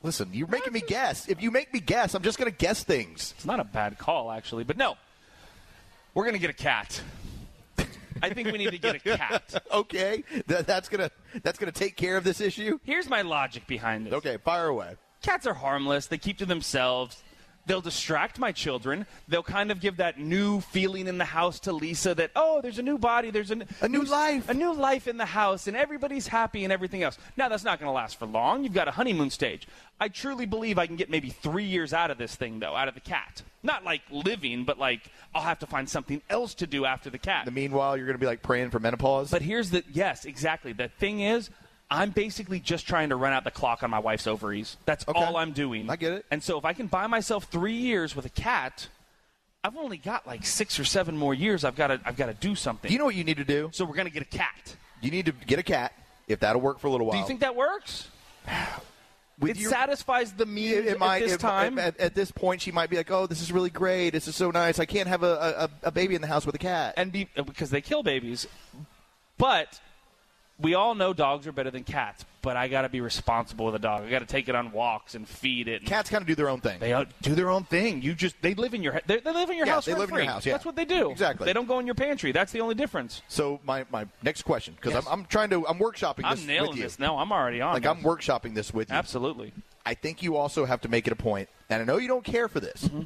Listen, you're making me guess. If you make me guess, I'm just gonna guess things. It's not a bad call actually, but no, we're gonna get a cat. I think we need to get a cat. okay, That- that's gonna that's gonna take care of this issue. Here's my logic behind this. Okay, fire away. Cats are harmless. They keep to themselves. They'll distract my children. They'll kind of give that new feeling in the house to Lisa that, oh, there's a new body, there's a, a new, life. A new life in the house, and everybody's happy and everything else. Now, that's not going to last for long. You've got a honeymoon stage. I truly believe I can get maybe three years out of this thing, though, out of the cat. Not like living, but like I'll have to find something else to do after the cat. The meanwhile, you're gonna be like praying for menopause. But here's the yes, exactly. The thing is, I'm basically just trying to run out the clock on my wife's ovaries. That's all I'm doing. I get it. And so if I can buy myself three years with a cat, I've only got like six or seven more years. I've got to I've got to do something. You know what you need to do? So we're gonna get a cat. You need to get a cat if that'll work for a little while. Do you think that works? Oh. With it your- satisfies the I- me it at might- this it- time. at, at this point, she might be like, "Oh, this is really great. This is so nice. I can't have a, a, a baby in the house with a cat." and be, uh, because they kill babies. But we all know dogs are better than cats. But I got to be responsible with a dog. I got to take it on walks and feed it. And Cats kind of do their own thing. They uh, do their own thing. You just they live in your he- they, they live in your Yeah, house. they live in your rent-free. house, yeah. That's what they do. Exactly. They don't go in your pantry. That's the only difference. So my, my next question, because Yes. I'm, I'm trying to I'm workshopping this I'm nailing with you. this. No, I'm already on. Like this. I'm workshopping this with you. Absolutely. I think you also have to make it a point, and I know you don't care for this. Mm-hmm.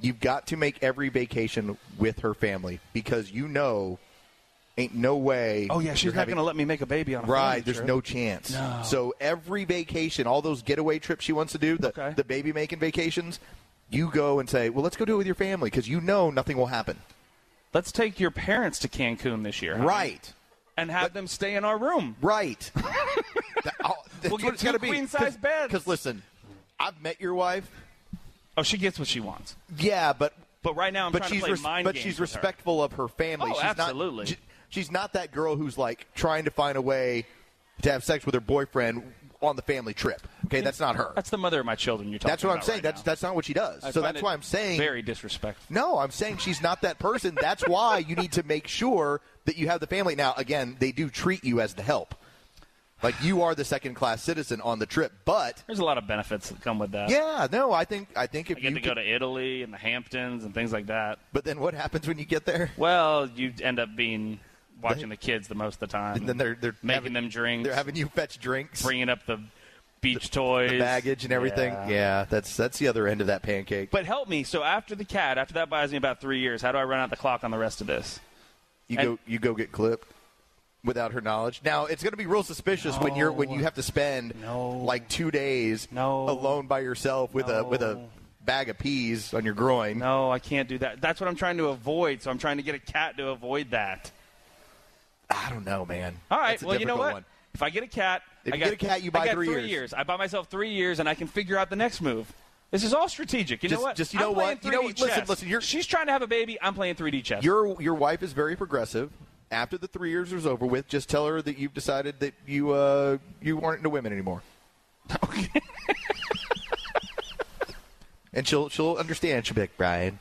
You've got to make every vacation with her family because you know, ain't no way. Oh yeah, you're she's not having- going to let me make a baby on a Right, family there's trip. no chance. No. So every vacation, all those getaway trips she wants to do, the, the baby making vacations, you go and say, well, let's go do it with your family because you know nothing will happen. Let's take your parents to Cancun this year. honey. Right. And have them stay in our room. Right. oh, we'll get two queen size beds. Because listen, I've met your wife. Oh, she gets what she wants. Yeah, but But right now I'm but trying she's to play res- mind but games she's with her. respectful of her family. Oh, she's not- absolutely. she- she's not that girl who's like trying to find a way to have sex with her boyfriend on the family trip. Okay, that's not her. That's the mother of my children. You're talking. That's what I'm about saying. right that's that's not what she does. now. I so find that's it why I'm saying very disrespectful. No, I'm saying she's not that person. That's why you need to make sure that you have the family. Now, again, they do treat you as the help. Like you are the second class citizen on the trip, but There's a lot of benefits that come with that. yeah, no, I think I think if I get you to go to Italy and the Hamptons and things like that. But then what happens when you get there? Well, you end up being watching the kids the most of the time. And then they're they're making them drinks. they're having you fetch drinks, bringing up the beach toys, the baggage and everything. Yeah. that's that's the other end of that pancake. But help me. So after the cat, after that buys me about three years, how do I run out the clock on the rest of this? You go you go get clipped without her knowledge. Now it's going to be real suspicious when you're when you have to spend like two days alone by yourself with a with a bag of peas on your groin. No, I can't do that. That's what I'm trying to avoid. So I'm trying to get a cat to avoid that. I don't know, man. All right. That's a well, you know difficult what? one. If I get a cat, If I you got, get a cat, you I buy got three years. years. I buy myself three years, and I can figure out the next move. This is all strategic. You Just- know what? just- you I'm know playing what? You know 3D what? Listen, chess. listen, you're- She's trying to have a baby. I'm playing 3D chess. Your your wife is very progressive. After the three years is over with, just tell her that you've decided that you uh, you aren't into women anymore. and she'll she'll understand. She'll be like, Brian,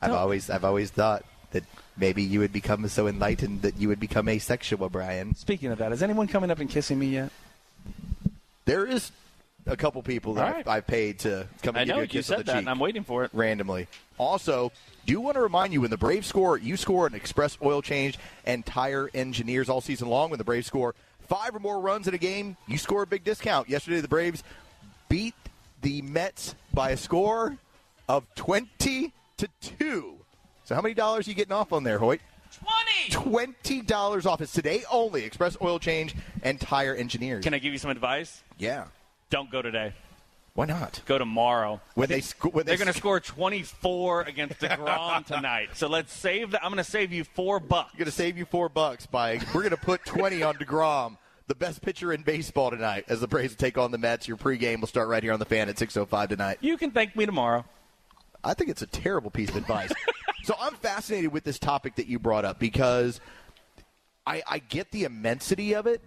I've always I've always thought that maybe you would become so enlightened that you would become asexual, Brian. Speaking of that, is anyone coming up and kissing me yet? There is a couple people that All I've- right. I've, paid to come. I and give you, know a you kiss said on the that, cheek and I'm waiting for it randomly. Also, do want to remind you when the Braves score, you score an express oil change and tire engineers all season long. When the Braves score five or more runs in a game, you score a big discount. Yesterday, the Braves beat the Mets by a score of twenty to two. So, how many dollars are you getting off on there, Hoyt? Twenty. Twenty dollars off. It's today only. Express Oil Change and Tire Engineers. Can I give you some advice? Yeah. Don't go today. Why not? Go tomorrow. When they, sc- when they They're going to score 24 against DeGrom tonight. So let's save that. I'm going to save you four bucks. going to save you four bucks by we're going to put 20 on DeGrom, the best pitcher in baseball tonight, as the Braves take on the Mets. Your pregame will start right here on the fan at 6.05 tonight. You can thank me tomorrow. I think it's a terrible piece of advice. so I'm fascinated with this topic that you brought up because I, I get the immensity of it,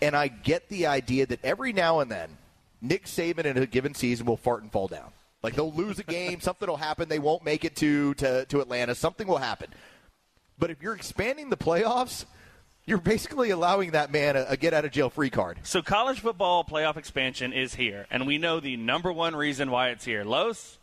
and I get the idea that every now and then, Nick Saban in a given season will fart and fall down. Like they'll lose a game, something will happen, they won't make it to, to, to Atlanta, something will happen. But if you're expanding the playoffs, you're basically allowing that man a, a get out of jail free card. So college football playoff expansion is here, and we know the number one reason why it's here. Los?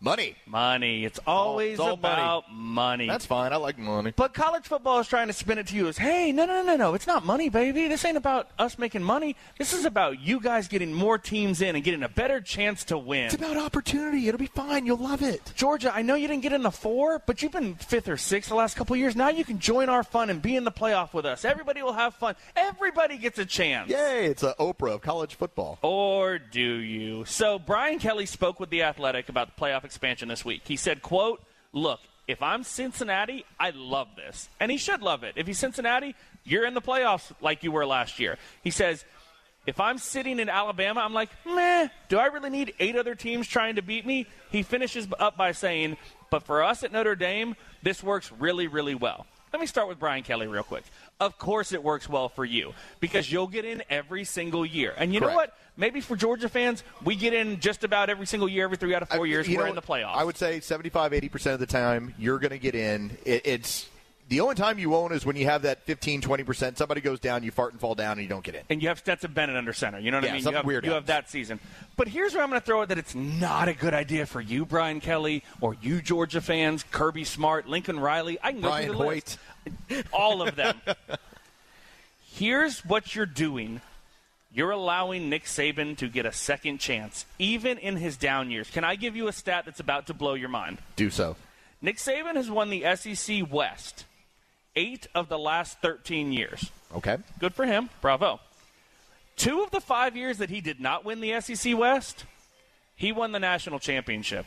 Money. Money. It's always all money. about money. That's fine. I like money. But college football is trying to spin it to you as, hey, no, no, no, no, it's not money, baby. This ain't about us making money. This is about you guys getting more teams in and getting a better chance to win. It's about opportunity. It'll be fine. You'll love it. Georgia, I know you didn't get in the four, but you've been fifth or sixth the last couple years. Now you can join our fun and be in the playoff with us. Everybody will have fun. Everybody gets a chance. Yay, it's a Oprah of college football. Oh, Or do you? So Brian Kelly spoke with The Athletic about the playoff expansion this week. He said, quote, look, if I'm Cincinnati, I love this. And he should love it. If he's Cincinnati, you're in the playoffs like you were last year. He says, if I'm sitting in Alabama, I'm like, meh, do I really need eight other teams trying to beat me? He finishes up by saying, but for us at Notre Dame, this works really, really well. Let me start with Brian Kelly real quick. Of course, it works well for you because you'll get in every single year. And you know Correct. what? Maybe for Georgia fans, we get in just about every single year, every three out of four years. You We're know in the what? playoffs. I would say 75, 80% of the time, you're going to get in. It, it's the only time you won't is when you have that 15, 20%. Somebody goes down, you fart and fall down, and you don't get in. and you have Stetson Bennett under center. You know what Yeah, I mean? You something have, weird you have that season. But here's where I'm going to throw it that it's not a good idea for you, Brian Kelly, or you, Georgia fans, Kirby Smart, Lincoln Riley. I can go Brian through the list. All of them. here's what you're doing. You're allowing Nick Saban to get a second chance, even in his down years. Can I give you a stat that's about to blow your mind? Do so. Nick Saban has won the SEC West eight of the last 13 years. Okay. Good for him. Bravo. Two of the five years that he did not win the SEC West, he won the national championship.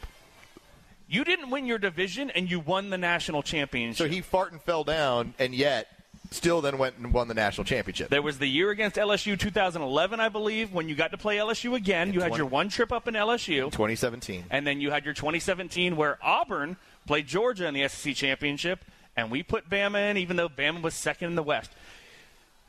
You didn't win your division, and you won the national championship. So he fart and fell down, and yet still then went and won the national championship. There was the year against LSU 2011, I believe, when you got to play LSU again. you had your one trip up in LSU. 2017. And then you had your 2017 where Auburn played Georgia in the SEC championship, and we put Bama in, even though Bama was second in the West.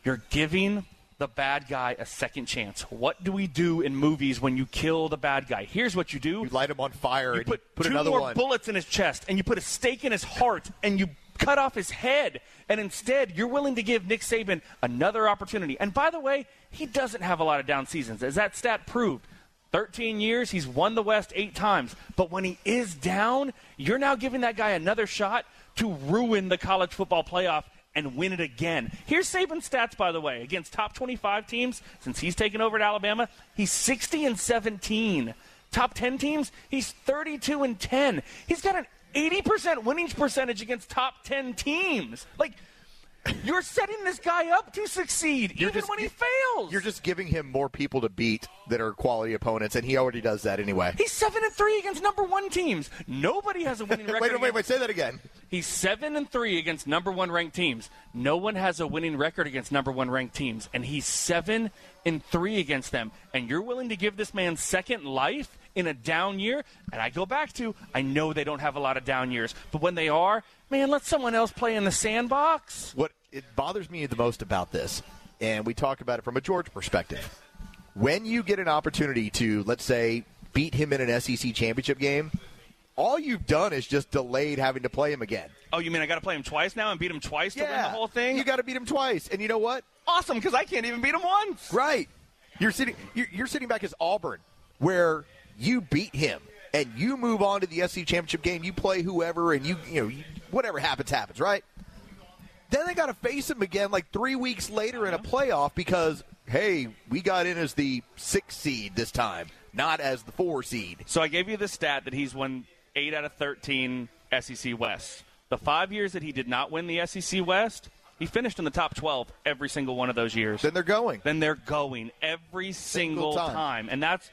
You're giving the bad guy a second chance. What do we do in movies when you kill the bad guy? Here's what you do: you light him on fire. You and put, you put two another more one. bullets in his chest, and you put a stake in his heart, and you cut off his head. And instead, you're willing to give Nick Saban another opportunity. And by the way, he doesn't have a lot of down seasons, as that stat proved. 13 years, he's won the West eight times. But when he is down, you're now giving that guy another shot to ruin the college football playoff and win it again. Here's Saban's stats, by the way, against top 25 teams since he's taken over at Alabama. He's 60 and 17. Top 10 teams, he's 32 and 10. He's got an 80% winning percentage against top 10 teams. Like, you're setting this guy up to succeed, even when he fails. You're just giving him more people to beat that are quality opponents, and he already does that anyway. He's seven and three against number one teams. Nobody has a winning record. wait, wait, against- wait. Say that again. He's seven and three against number one ranked teams. No one has a winning record against number one ranked teams, and he's seven and three against them. And you're willing to give this man second life in a down year? And I go back to I know they don't have a lot of down years, but when they are, man, let someone else play in the sandbox. What it bothers me the most about this, and we talk about it from a George perspective, when you get an opportunity to, let's say, beat him in an SEC championship game, all you've done is just delayed having to play him again. Oh, you mean I got to play him twice now and beat him twice to win the whole thing? You got to beat him twice, and you know what? Awesome, because I can't even beat him once. Right. You're sitting. You're, you're sitting back as Auburn, where you beat him, and you move on to the SEC championship game. You play whoever, and you you know you, whatever happens happens. Right. Then they got to face him again like three weeks later in a playoff because hey, we got in as the sixth seed this time, not as the four seed. So I gave you the stat that he's won eight out of 13 SEC E West. The five years that he did not win the SEC West, he finished in the top 12 every single one of those years. Then they're going. Then they're going every single, time. time. And that's.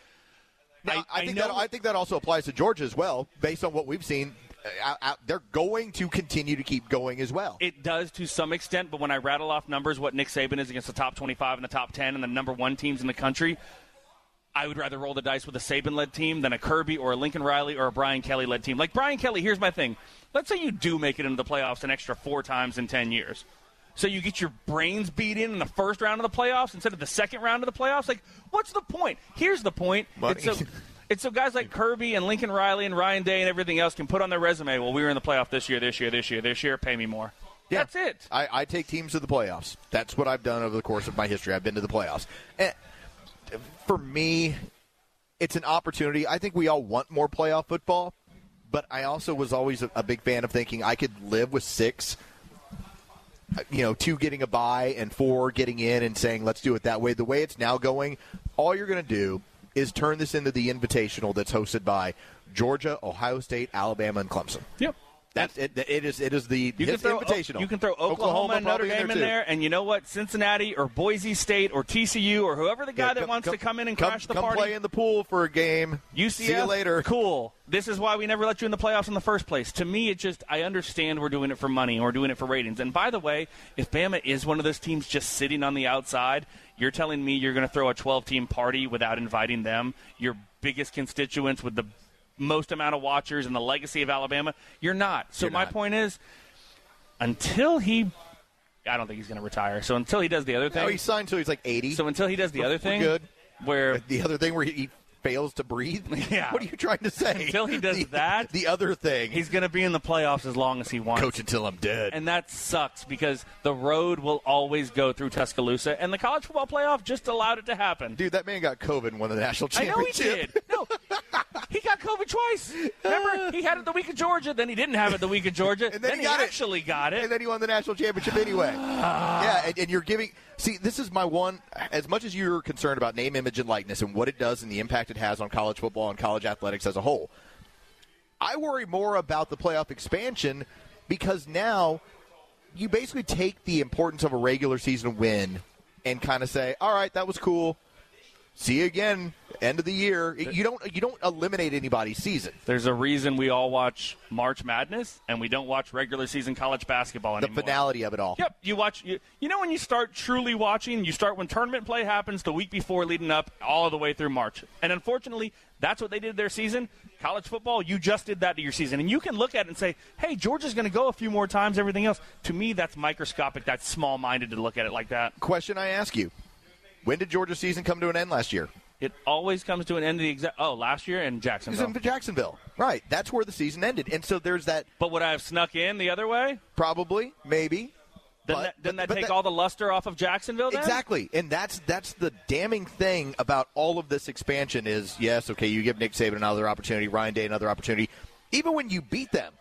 Now, I, think know- that I think that also applies to Georgia as well, based on what we've seen. Uh, uh, they're going to continue to keep going as well. It does to some extent, but when I rattle off numbers, what Nick Saban is against the top 25 and the top 10 and the number one teams in the country, I would rather roll the dice with a Saban led team than a Kirby or a Lincoln Riley or a Brian Kelly led team. Like Brian Kelly, here's my thing. Let's say you do make it into the playoffs an extra four times in 10 years. So you get your brains beat in in the first round of the playoffs instead of the second round of the playoffs. Like, what's the point? Here's the point. It's so, it's so guys like Kirby and Lincoln Riley and Ryan Day and everything else can put on their resume, well, we were in the playoff this year, this year, this year, this year, pay me more. That's it. I, I take teams to the playoffs. That's what I've done over the course of my history. I've been to the playoffs. And for me, it's an opportunity. I think we all want more playoff football, but I also was always a, a big fan of thinking I could live with six. uh, You know, two getting a bye and four getting in and saying, let's do it that way. The way it's now going, all you're going to do is turn this into the invitational that's hosted by Georgia, Ohio State, Alabama, and Clemson. Yep. That's it. It is. It is the You can, it's throw, invitational. you can throw Oklahoma, and Notre probably Dame in there, and you know what? Cincinnati or Boise State or TCU or whoever the guy Yeah, that come- wants come- to come in and come- crash the come party. play in the pool for a game. UCF, See you later. Cool. This is why we never let you in the playoffs in the first place. To me, it just I understand we're doing it for money and we're doing it for ratings. And by the way, if Bama is one of those teams just sitting on the outside, you're telling me you're going to throw a 12-team party without inviting them, your biggest constituents with the most amount of watchers and the legacy of Alabama. You're not. So my point is, until he. I don't think he's going to retire. So until he does the other thing, No, he signed until he's like 80. So until he does the We're- other we're thing, good. Where the other thing where he fails to breathe. Yeah. What are you trying to say? Until he does that, the other thing, he's going to be in the playoffs as long as he wants. Coach until I'm dead. And that sucks because the road will always go through Tuscaloosa, and the college football playoff just allowed it to happen. Dude, that man got COVID and won the national I know he championship. did. No, he got COVID twice. Remember, he had it the week of Georgia, then he didn't have it the week of Georgia, and then he got it. actually got it. And then he won the national championship anyway. yeah, and, and you're giving. See, this is my one. As much as you're concerned about name, image, and likeness and what it does and the impact it has on college football and college athletics as a whole, I worry more about the playoff expansion because now you basically take the importance of a regular season win and kind of say, all right, that was cool. See you again, end of the year. You don't you don't eliminate anybody's season. There's a reason we all watch March Madness and we don't watch regular season college basketball anymore. The finality of it all. Yep, you watch. You, you know when you start truly watching, you start when tournament play happens the week before, leading up all the way through March. And unfortunately, that's what they did their season. College football, you just did that to your season, and you can look at it and say, "Hey, Georgia's going to go a few more times." Everything else, to me, that's microscopic. That's small-minded to look at it like that. Question I ask you: When did Georgia's season come to an end last year? It always comes to an end. Of the exact. Oh, last year in Jacksonville. It was in Jacksonville, right? That's where the season ended, and so there's that. But would I have snuck in the other way? Probably, maybe. Then But- that, doesn't that but take that- all the luster off of Jacksonville? Then? Exactly, and that's that's the damning thing about all of this expansion is yes, okay, you give Nick Saban another opportunity, Ryan Day another opportunity, even when you beat them,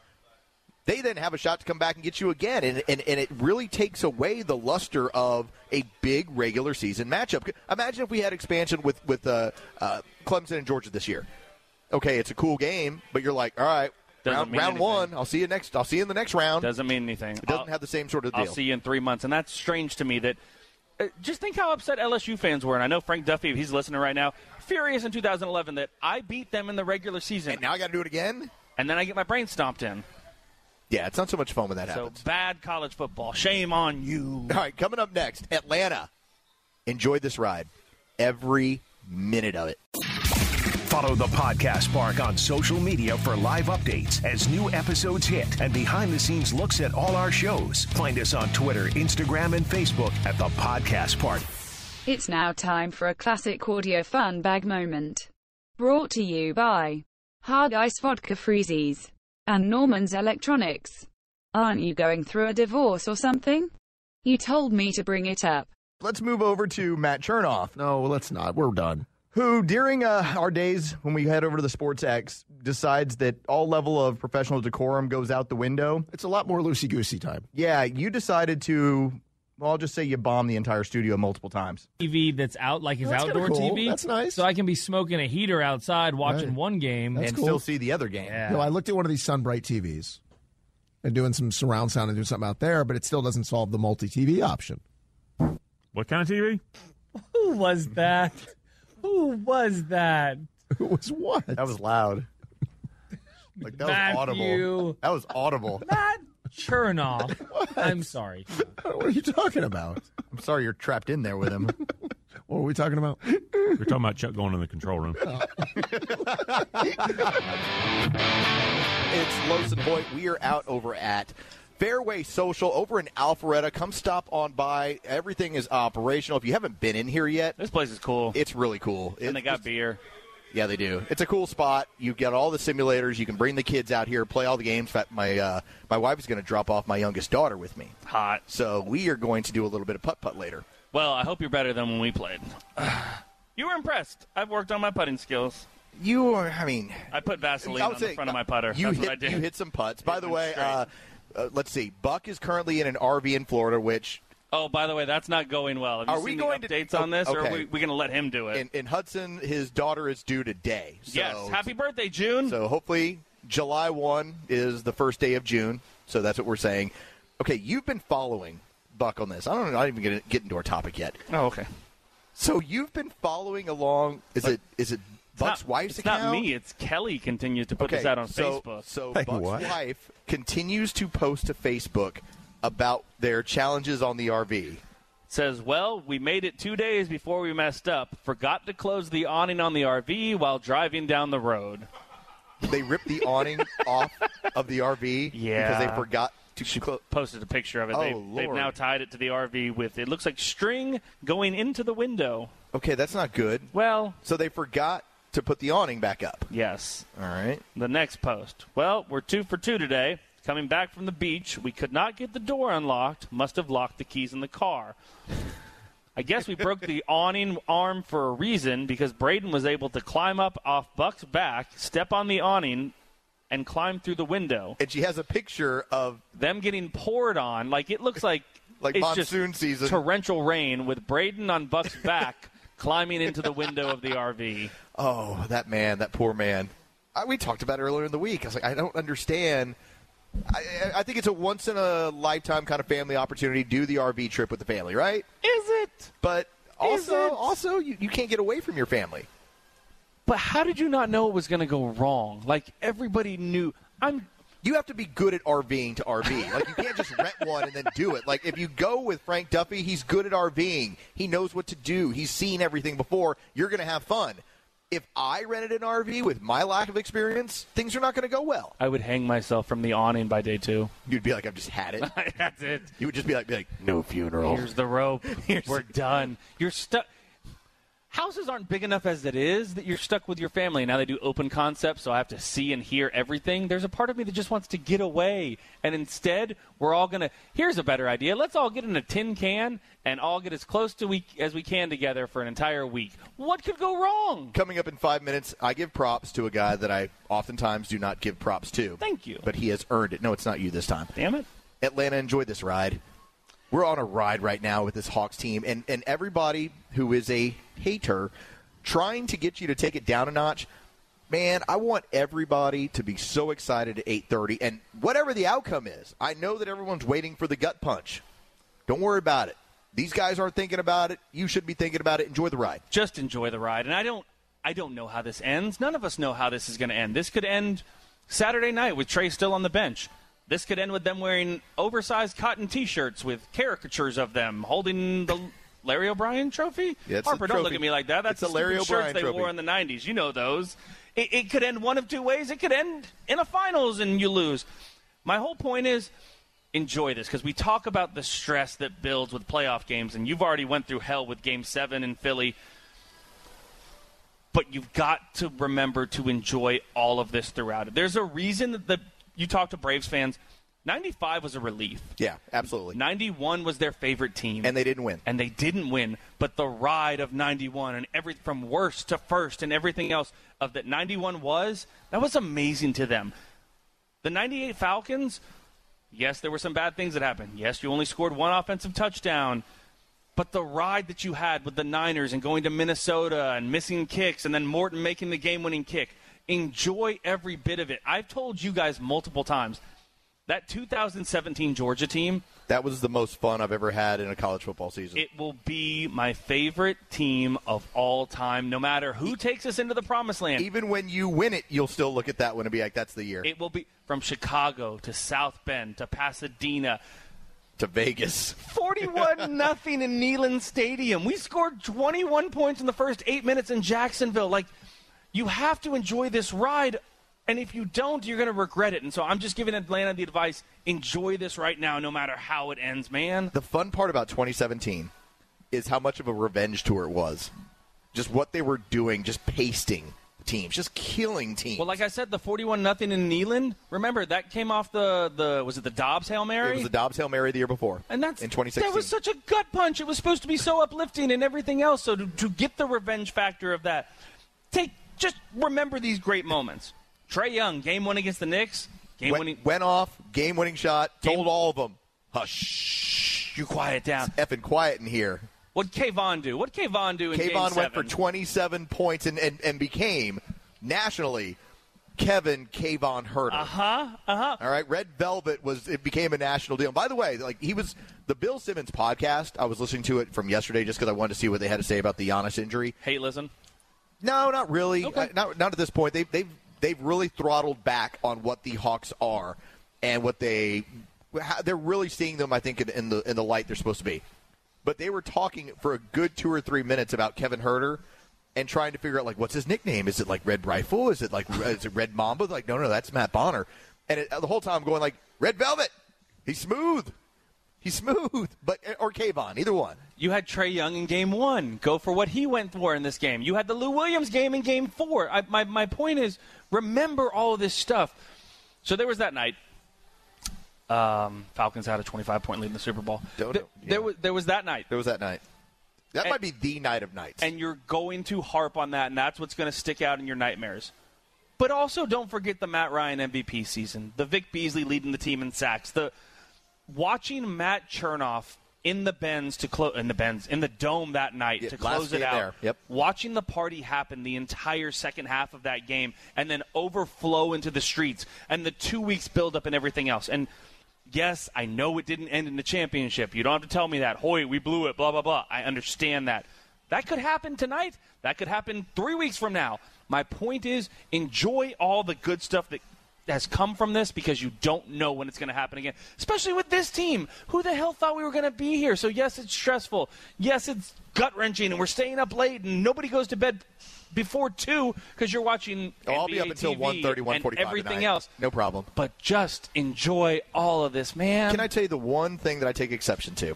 they then have a shot to come back and get you again, and and, and it really takes away the luster of a big regular season matchup. Imagine if we had expansion with with uh, uh, Clemson and Georgia this year. Okay, it's a cool game, but you're like, all right, Doesn't round, mean round anything. one, I'll see you next. I'll see you in the next round. Doesn't mean anything. It doesn't I'll- have the same sort of deal. I'll see you in three months. And that's strange to me that uh, just think how upset LSU fans were. And I know Frank Duffy, if he's listening right now, furious in 2011 that I beat them in the regular season. And now I got to do it again? And then I get my brain stomped in. Yeah, it's not so much fun when that so happens. bad college football. Shame on you. All right, coming up next, Atlanta. Enjoy this ride, every minute of it. Follow the Podcast Park on social media for live updates as new episodes hit and behind the scenes looks at all our shows. Find us on Twitter, Instagram, and Facebook at the Podcast Park. It's now time for a classic audio fun bag moment. Brought to you by Hard Ice Vodka Freezies and Norman's Electronics. Aren't you going through a divorce or something? You told me to bring it up. Let's move over to Matt Chernoff. No, let's not. We're done. Who, during uh, our days when we head over to the Sports X, decides that all level of professional decorum goes out the window. It's a lot more loosey goosey time. Yeah, you decided to, well, I'll just say you bombed the entire studio multiple times. TV that's out, like his That's kinda outdoor cool. TV. That's nice. So I can be smoking a heater outside watching Right. one game That's and cool. still see the other game. Yeah. No, I looked at one of these Sunbright TVs, and doing some surround sound and doing something out there, but it still doesn't solve the multi TV option. What kind of TV? Who was that? Who was that? Who was what? That was loud. Like that was audible. Matthew. That was audible. Matt Chernoff. I'm sorry. What are you talking about? I'm sorry you're trapped in there with him. What were we talking about? We're talking about Chuck going in the control room. It's Los and Hoyt. We are out over at Fairway Social over in Alpharetta. Come stop on by. Everything is operational. If you haven't been in here yet, this place is cool. It's really cool. And they got beer. Yeah, they do. It's a cool spot. You get all the simulators. You can bring the kids out here, play all the games. In fact, my uh, my wife is going to drop off my youngest daughter with me. Hot. So we are going to do a little bit of putt putt later. Well, I hope you're better than when we played. you were impressed. I've worked on my putting skills. You are. I mean, I put Vaseline I on would the say, front of my putter. uh, You That's hit, what I did. You hit some putts. By It the went way, straight. uh, uh, let's see. Buck is currently in an RV in Florida, which oh, by the way, that's not going well. Have you Are seen we the going to- updates on this, or okay. are we, we going to let him do it? in, in Hudson, his daughter is due today. So, yes. Happy birthday, June. So hopefully, July one is the first day of June. So that's what we're saying. Okay, you've been following Buck on this. I don't. know. I didn't even get, get into our topic yet. Oh, okay. So you've been following along. Is it is it Buck's not, wife's it's account? not me. It's Kelly continues to put okay, this out on so, Facebook. So Buck's wife continues to post to Facebook about their challenges on the RV. Says, well, we made it two days before we messed up. Forgot to close the awning on the RV while driving down the road. They ripped the awning off of the RV because Yeah. they forgot to clo- Posted a picture of it. Oh, they've, they've Lord. now tied it to the RV with it looks like string going into the window. Okay, that's not good. Well, so they forgot to put the awning back up. Yes. All right. The next post. Well, we're two for two today. Coming back from the beach, we could not get the door unlocked. Must have locked the keys in the car. I guess we broke the awning arm for a reason because Braden was able to climb up off Buck's back, step on the awning, and climb through the window. And she has a picture of them getting poured on. Like it looks like Like it's just monsoon season. torrential rain with Braden on Buck's back climbing into the window of the RV. Oh, that man, that poor man. I, we talked about it earlier in the week. I was like, I don't understand. I, I- I think it's a once in a lifetime kind of family opportunity. Do the RV trip with the family, right? Is it? But also, also you, you can't get away from your family. But how did you not know it was going to go wrong? Like everybody knew. I'm. You have to be good at RVing to RV. Like you can't just rent one and then do it. Like if you go with Frank Duffy, he's good at RVing. He knows what to do. He's seen everything before. You're going to have fun. If I rented an RV with my lack of experience, things are not going to go well. I would hang myself from the awning by day two. You'd be like, I've just had it. That's it. You would just be like, be like no funeral. Oh. Here's the rope. We're done. You're stuck. Houses aren't big enough as it is that you're stuck with your family. Now they do open concepts, so I have to see and hear everything. There's a part of me that just wants to get away, and instead we're all gonna. Here's a better idea. Let's all get in a tin can and all get as close to we as we can together for an entire week. What could go wrong? Coming up in five minutes, I give props to a guy that I oftentimes do not give props to. Thank you. But he has earned it. No, it's not you this time. Damn it. Atlanta enjoyed this ride. We're on a ride right now with this Hawks team, and, and everybody who is a hater trying to get you to take it down a notch. Man, I want everybody to be so excited at 8:30, and whatever the outcome is, I know that everyone's waiting for the gut punch. Don't worry about it. These guys aren't thinking about it. You should be thinking about it. Enjoy the ride. just enjoy the ride. And I don't I don't know how this ends. None of us know how this is going to end. This could end Saturday night with Trey still on the bench. This could end with them wearing oversized cotton T-shirts with caricatures of them holding the Larry O'Brien trophy. Yeah, it's a Harper, don't look trophy. at me like that. That's It's a the Larry stupid O'Brien shirts they trophy. wore in the '90s. You know those. It, it could end one of two ways. It could end in a finals and you lose. My whole point is enjoy this because we talk about the stress that builds with playoff games, and you've already went through hell with Game Seven in Philly but you've got to remember to enjoy all of this throughout it. There's a reason that the you talk to Braves fans. 95 was a relief. Yeah, absolutely. 91 was their favorite team, and they didn't win. And they didn't win, but the ride of 91 and every from worst to first and everything else of that 91 was that was amazing to them. The 98 Falcons, yes, there were some bad things that happened. Yes, you only scored one offensive touchdown. But the ride that you had with the Niners and going to Minnesota and missing kicks and then Morton making the game winning kick, enjoy every bit of it. I've told you guys multiple times That 2017 Georgia team. That was the most fun I've ever had in a college football season. It will be my favorite team of all time, no matter who takes us into the promised land. Even when you win it, you'll still look at that one and be like, "That's the year." It will be from Chicago to South Bend to Pasadena to Vegas. 41 nothing in Neyland Stadium. We scored 21 points in the first 8 minutes in Jacksonville. Like you have to enjoy this ride and if you don't, you're going to regret it. And so I'm just giving Atlanta the advice, enjoy this right now no matter how it ends, man. The fun part about 2017 is how much of a revenge tour it was. Just what they were doing, just pasting teams, just killing teams. Well, like I said, the 41 nothing in Neyland. Remember that came off the the was it the Dobbs hail mary? It was the Dobbs hail mary the year before, and that's in 2016. That was such a gut punch. It was supposed to be so uplifting and everything else. So to, to get the revenge factor of that, take just remember these great moments. Trey Young game one against the Knicks. Game went, winning went off, game winning shot. Game- told all of them, hush, you quiet down. It's effing quiet in here. What Kayvon do? What Kayvon do in game Kayvon went for seven? 27 points and, and, and became nationally Kevin Kayvon Herter. Uh huh. Uh huh. All right. Red Velvet was it became a national deal. And by the way, like he was the Bill Simmons podcast. I was listening to it from yesterday just because I wanted to see what they had to say about the Giannis injury. Hate listen. No, not really. Uh, not not at this point. They've they've they've really throttled back on what the Hawks are and what they how, they're really seeing them. I think in, in the in the light they're supposed to be. But they were talking for a good two or three minutes about Kevin Herter and trying to figure out like what's his nickname? Is it like Red Rifle? Is it like is it Red Mamba? Like no, no, that's Matt Bonner. And it, the whole time I'm going like Red Velvet. He's smooth. He's smooth. But or Kayvon, either one. You had Trey Young in game one. Go for what he went for in this game. You had the Lou Williams game in game four. I, my, my point is, remember all of this stuff. So there was that night. Um, Falcons had a 25 point lead in the Super Bowl. Don't Th- know. There was there was that night. There was that night. That And- might be the night of nights. and you're going to harp on that, and that's what's going to stick out in your nightmares. But also, don't forget the Matt Ryan MVP season, the Vic Beasley leading the team in sacks, the watching Matt Chernoff in the bends to close in the bends in the dome that night Yeah, to last close it game out. there. Yep. Watching the party happen the entire second half of that game, and then overflow into the streets, and the two weeks buildup and everything else, and. Yes, I know it didn't end in the championship. You don't have to tell me that. Hoy, we blew it, blah, blah, blah. I understand that. That could happen tonight. That could happen three weeks from now. My point is enjoy all the good stuff that has come from this because you don't know when it's going to happen again, especially with this team. Who the hell thought we were going to be here? So, yes, it's stressful. Yes, it's gut wrenching, and we're staying up late, and nobody goes to bed before 2 because you're watching. Oh, I'll be NBA up until TV 1:30, 1:45 and everything tonight. else. No problem. But just enjoy all of this, man. Can I tell you the one thing that I take exception to?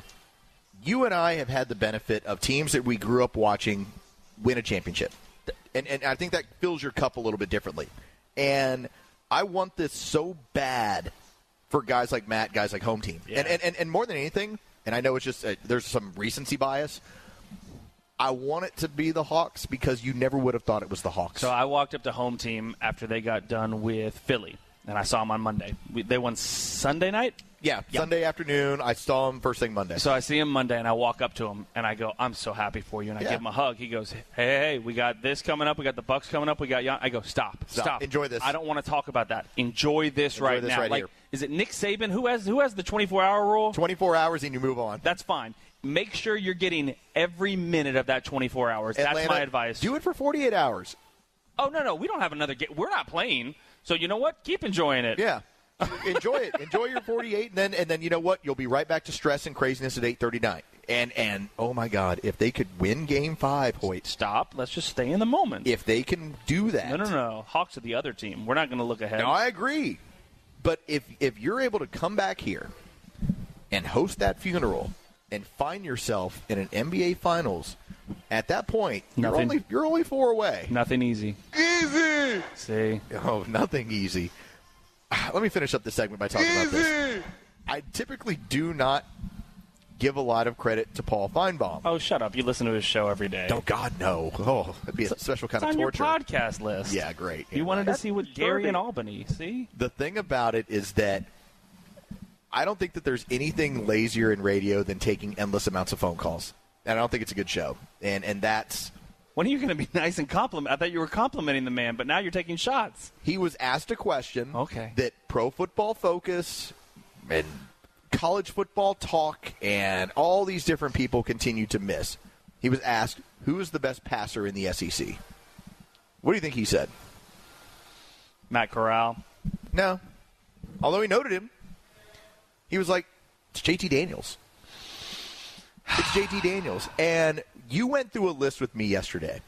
You and I have had the benefit of teams that we grew up watching win a championship. And, and I think that fills your cup a little bit differently. And I want this so bad for guys like Matt, guys like home team. And, and, and, and more than anything, and I know it's just uh, there's some recency bias. I want it to be the Hawks because you never would have thought it was the Hawks. So I walked up to home team after they got done with Philly, and I saw them on Monday. We, they won Sunday night. yeah, Sunday afternoon, I saw him first thing Monday. So I see him Monday, and I walk up to him, and I go, "I'm so happy for you," and I Yeah. give him a hug. He goes, "Hey, hey, hey, we got this coming up. We got the Bucks coming up. We got." Yon-. I go, "Stop, Stop. stop, Enjoy this. I don't want to talk about that. Enjoy this Enjoy right this now. right like, here. is it Nick Saban who has who has the 24 hour rule? 24 hours and you move on. That's fine. Make sure you're getting every minute of that 24 hours. That's my Atlanta, advice. Do it for 48 hours. oh no, no, we don't have another game. We're not playing. So you know what? Keep enjoying it. Yeah. Enjoy it. Enjoy your 48, and then and then you know what? You'll be right back to stress and craziness at 8:39. And and oh my God, if they could win Game Five, Hoyt, stop. Let's just stay in the moment. If they can do that, No, no, no. Hawks are the other team. We're not going to look ahead. No, I agree. But if if you're able to come back here and host that funeral and find yourself in an NBA Finals, at that point, you're Nothing. only you're only four away. Nothing easy. Easy. See. Oh, nothing easy. Let me finish up this segment by talking about this. I typically do not give a lot of credit to Paul Feinbaum. Oh, shut up. You listen to his show every day. Oh God, no. Oh, that'd be a special kind it's of on torture. your podcast list. Yeah, great. You Yeah, wanted right. to see what Gary in Albany. See, The thing about it is that I don't think that there's anything lazier in radio than taking endless amounts of phone calls. And I don't think it's a good show. And and that's when are you going to be nice and compliment? I thought you were complimenting the man, but now you're taking shots. He was asked a question. Okay. That Pro Football Focus and college football talk and all these different people continue to miss. He was asked, "Who is the best passer in the SEC?" What do you think he said? Matt Corral. No. Although he noted him, he was like, "It's JT Daniels." It's JT Daniels, and you went through a list with me yesterday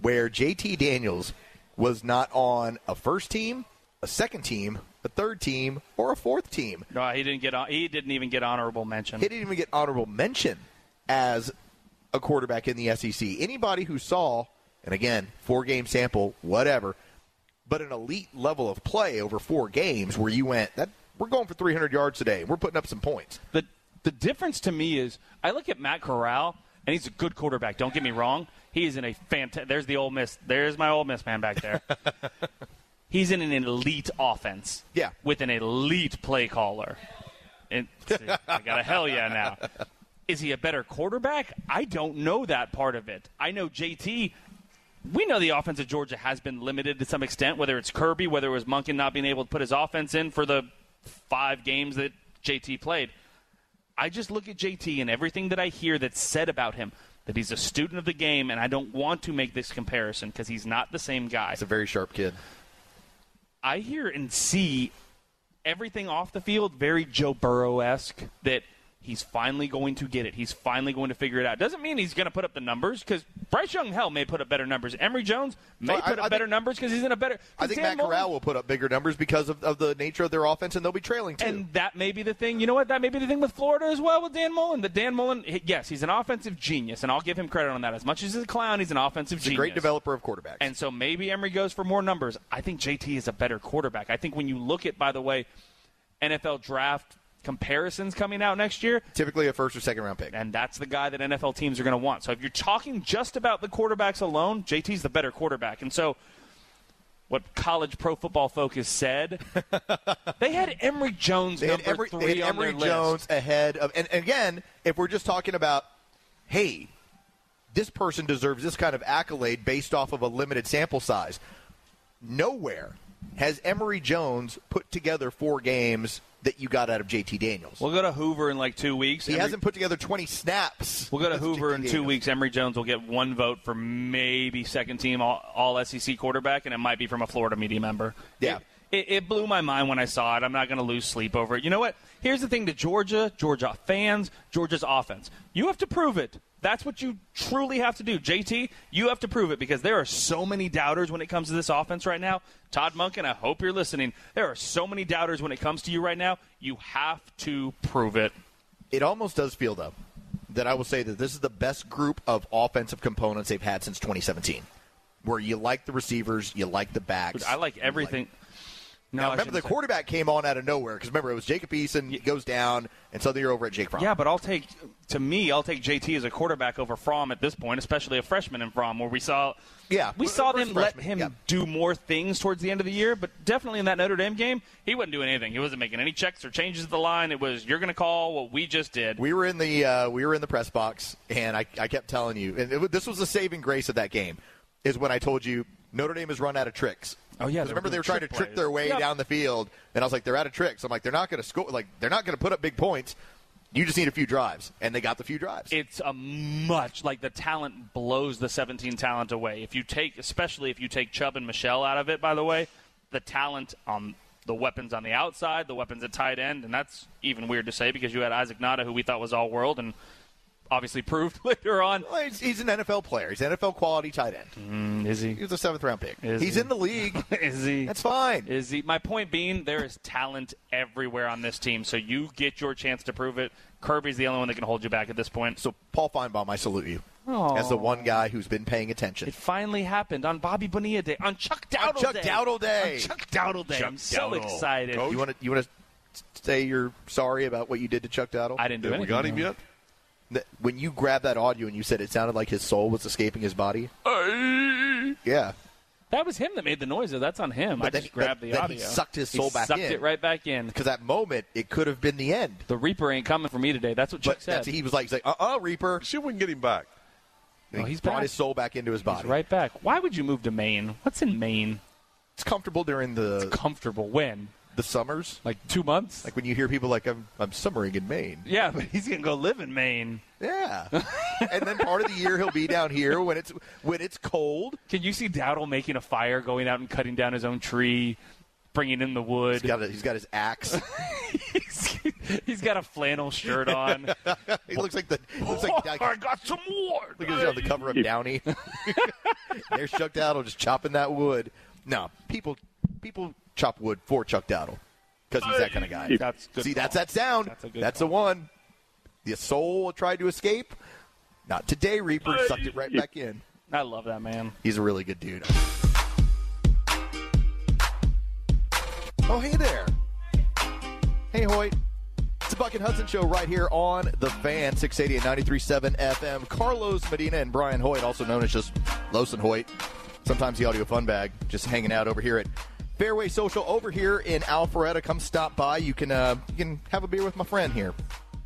where JT Daniels was not on a first team, a second team, a third team, or a fourth team. No, he didn't get. hon- He didn't even get honorable mention. He didn't even get honorable mention as a quarterback in the SEC. Anybody who saw, and again, four game sample, whatever, but an elite level of play over four games where you went, that we're going for 300 yards today. We're putting up some points. The the difference to me is I look at Matt Corral and he's a good quarterback. Don't get me wrong. He is in a fantastic. There's the old Miss. There's my old Miss man back there. he's in an elite offense. Yeah. With an elite play caller. And see, I got a hell yeah now. Is he a better quarterback? I don't know that part of it. I know JT. We know the offense of Georgia has been limited to some extent, whether it's Kirby, whether it was Munkin not being able to put his offense in for the five games that JT played. I just look at JT and everything that I hear that's said about him that he's a student of the game, and I don't want to make this comparison because he's not the same guy. He's a very sharp kid. I hear and see everything off the field very Joe Burrow esque that he's finally going to get it. He's finally going to figure it out. Doesn't mean he's going to put up the numbers because Bryce Young, hell, may put up better numbers. Emery Jones may Well, I- put I up better think- numbers because he's in a better. I think Dan Matt Mullen- Corral will put up bigger numbers because of, of the nature of their offense, and they'll be trailing too. And that may be the thing. You know what? That may be the thing with Florida as well with Dan Mullen. The Dan Mullen, h- yes, he's an offensive genius, and I'll give him credit on that. As much as he's a clown, he's an offensive He's a genius. great developer of quarterbacks. And so maybe Emery goes for more numbers. I think JT is a better quarterback. I think when you look at, by the way, NFL draft comparisons coming out next year, typically a first or second round pick. And that's the guy that NFL teams are going to want. So if you're talking just about the quarterbacks alone, JT's the better quarterback. And so what college pro football focus said, they had Emery Jones They had number Emory, three they had on Emory their Jones list. ahead of, and, and again, if we're just talking about, hey, this person deserves this kind of accolade based off of a limited sample size. Nowhere has Emory Jones put together four games that you got out of JT Daniels. We'll go to Hoover in like two weeks. He hasn't put together 20 snaps. We'll go to That's Hoover JT in two Daniels. weeks. Emory Jones will get one vote for maybe second team all, all SEC quarterback, and it might be from a Florida media member. Yeah. It, it, it blew my mind when I saw it. I'm not going to lose sleep over it. You know what? Here's the thing to Georgia, Georgia fans, Georgia's offense. You have to prove it. That's what you truly have to do. JT, you have to prove it because there are so many doubters when it comes to this offense right now. Todd Munkin, I hope you're listening. There are so many doubters when it comes to you right now. You have to prove it. It almost does feel, though, that I will say that this is the best group of offensive components they've had since 2017, where you like the receivers, you like the backs. Dude, I like everything. No, now, I remember, the shouldn't say- quarterback came on out of nowhere because remember, it was Jacob Eason, he goes down, and suddenly you're over at Jake Fromm. Yeah, but I'll take to me, I'll take JT as a quarterback over Fromm at this point, especially a freshman in Fromm, where we saw. Yeah, we we're- saw we're them let freshmen, him yeah. do more things towards the end of the year, but definitely in that Notre Dame game, he wasn't doing anything. He wasn't making any checks or changes to the line. It was you're going to call what we just did. We were in the uh, we were in the press box, and I, I kept telling you, and it, was- this was the saving grace of that game, is when I told you Notre Dame has run out of tricks. Oh yeah, 'Cause remember they were trying to trick plays. their way Yep. down the field, and I was like, they're out of tricks. I'm like, they're not going to score, like they're not going to put up big points. You just need a few drives, and they got the few drives. It's a much like the talent blows the 17 talent away. If you take, especially if you take Chubb and Michelle out of it, by the way, the talent on the weapons on the outside, the weapons at tight end, and that's even weird to say because you had Isaac Nada, who we thought was all world, and obviously proved later on. Well, he's, he's an NFL player. He's an NFL quality tight end. Mm, is he? He was a seventh round pick. Mm-hmm. Is he's he? in the league. is he? That's fine. Is he? My point being, there is talent everywhere on this team, so you get your chance to prove it. Kirby's the only one that can hold you back at this point. So Paul Feinbaum, I salute you as the one guy who's been paying attention. It finally happened on Bobby Bonilla Day, on Chuck Dowdle Chuck Day. Dowdle Day. On Chuck Dowdle Day. I'm so excited. You want to you want to say you're sorry about what you did to Chuck Dowdle? I didn't do Have we anything got him wrong. yet? When you grabbed that audio and you said it sounded like his soul was escaping his body. Yeah. that was him that made the noise, though. That's on him. I then just he- grabbed then- the then he audio. sucked his soul He back sucked in. it right back in. Because that moment, it could have been the end. The Reaper ain't coming for me today. That's what Chuck But said. that's- he was like, he's like, uh-uh, Reaper. She wouldn't get him back. No, he's brought back. his soul back into his body. He's right back. Why would you move to Maine? What's in Maine? It's comfortable during the comfortable when the summers? Like two months? Like when you hear people like, I'm, I'm summering in Maine. Yeah, but he's gonna go live in Maine. Yeah. and then part of the year he'll be down here when it's when it's cold. Can you see Dowdle making a fire, going out and cutting down his own tree, bringing in the wood? He's got, a, he's got his axe. he's, he's got a flannel shirt on. he looks like the. Looks like, I got some wood. Look at on the cover of Downey. There's Chuck Dowdle just chopping that wood. No, people people chop wood for Chuck Dowdle because he's that kind of guy. That's good See, that's call. that sound. That's That's, a the good one. The soul tried to escape. Not today, Reaper. Sucked it right back in. I love that man. He's a really good dude. Oh, hey there. Hey, Hoyt. It's the Bucket Hudson Show right here on The Fan, 680 and 93.7 FM. Carlos Medina and Brian Hoyt, also known as just Losen Hoyt. Sometimes the audio fun bag, just hanging out over here at Fairway Social over here in Alpharetta. Come stop by. You can uh, you can have a beer with my friend here.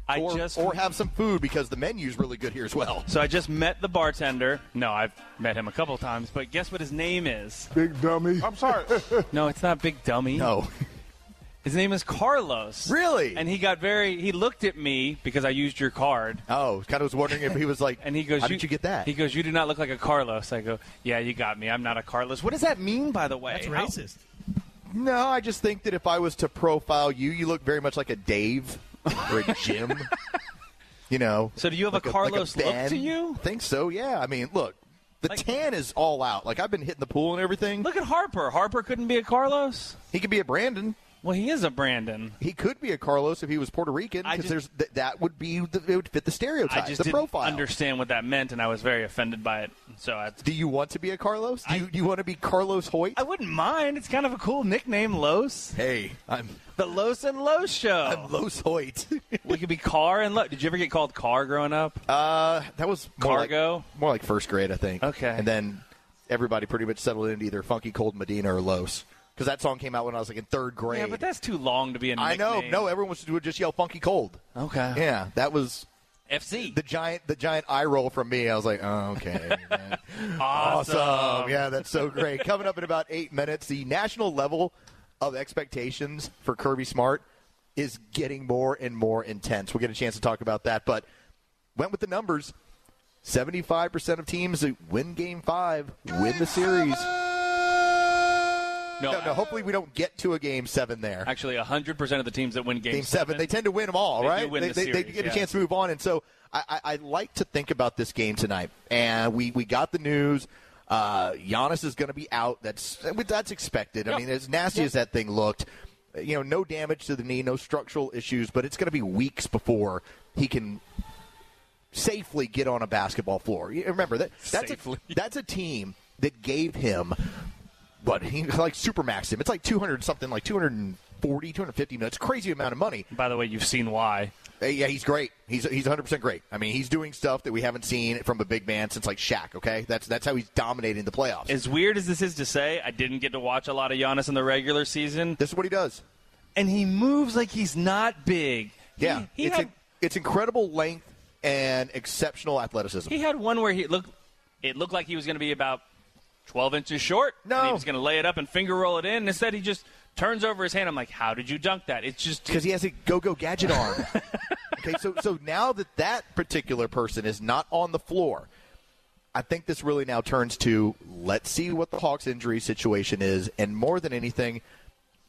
I or, just- or have some food because the menu's really good here as well. So I just met the bartender. No, I've met him a couple times, but guess what his name is? Big dummy. I'm sorry. No, it's not Big Dummy. No. His name is Carlos. Really? And he got very. He looked at me because I used your card. Oh, kind of was wondering if he was like. and he goes, "How did you get that?" He goes, "You do not look like a Carlos." I go, "Yeah, you got me. I'm not a Carlos." What does that mean, by the way? How- No, I just think that if I was to profile you, you look very much like a Dave or a Jim. you know. So do you have a Carlos look to you? I think so. Yeah. I mean, look, the tan is all out. Like I've been hitting the pool and everything. Look at Harper. Harper couldn't be a Carlos. He could be a Brandon. Well, he is a Brandon. He could be a Carlos if he was Puerto Rican I because just- there's th- that would be the, it would fit the stereotype, I just the didn't profile. understand what that meant, and I was very offended by it. So I, do you want to be a Carlos? Do you, do you want to be Carlos Hoyt? I wouldn't mind. It's kind of a cool nickname, Los. Hey, I'm the Los and Los show. I'm Los Hoyt. we could be Car and Los. Did you ever get called Car growing up? Uh, that was more like- Cargo. more like first grade, I think. Okay. And then everybody pretty much settled into either Funky Cold Medina or Los. Because that song came out when I was like in third grade. Yeah, but that's too long to be a nickname. I know. No, everyone was, would just yell "Funky Cold." Okay. Yeah, that was FC. The giant, the giant eye roll from me. I was like, "Oh, okay." Awesome. Yeah, that's so great. Coming up in about eight minutes, the national level of expectations for Kirby Smart is getting more and more intense. We'll get a chance to talk about that, but went with the numbers. 75% of teams that win game five win the series. No, no, hopefully we don't get to a game seven there. Actually, 100% of the teams that win Game, Game seven, they tend to win them all, They do right? win they, the they- they series, get yeah. a chance to move on, and so I, I, I like to think about this game tonight. And we, we got the news. Uh, Giannis is going to be out. That's that's expected. I mean, as nasty as that thing looked, you know, no damage to the knee, no structural issues, but it's going to be weeks before he can safely get on a basketball floor. You remember that that's a, that's a team that gave him but he like supermaxed him. It's like 200 something like 240, 250 minutes. Crazy amount of money. By the way, you've seen why. Uh, yeah, he's great. He's he's 100% great. I mean, he's doing stuff that we haven't seen from a big man since like Shaq, okay? That's that's how he's dominating the playoffs. As weird as this is to say, I didn't get to watch a lot of Giannis in the regular season. This is what he does. And he moves like he's not big. yeah. he it's had- in- it's incredible length and exceptional athleticism. He had one where he looked it looked like he was going to be about 12 inches short. No. he was going to lay it up and finger roll it in. Instead, he just turns over his hand. I'm like, how did you dunk that? It's just because he has a go-go gadget arm. okay, so so now that that particular person is not on the floor, I think this really now turns to let's see what the Hawks' injury situation is, and more than anything,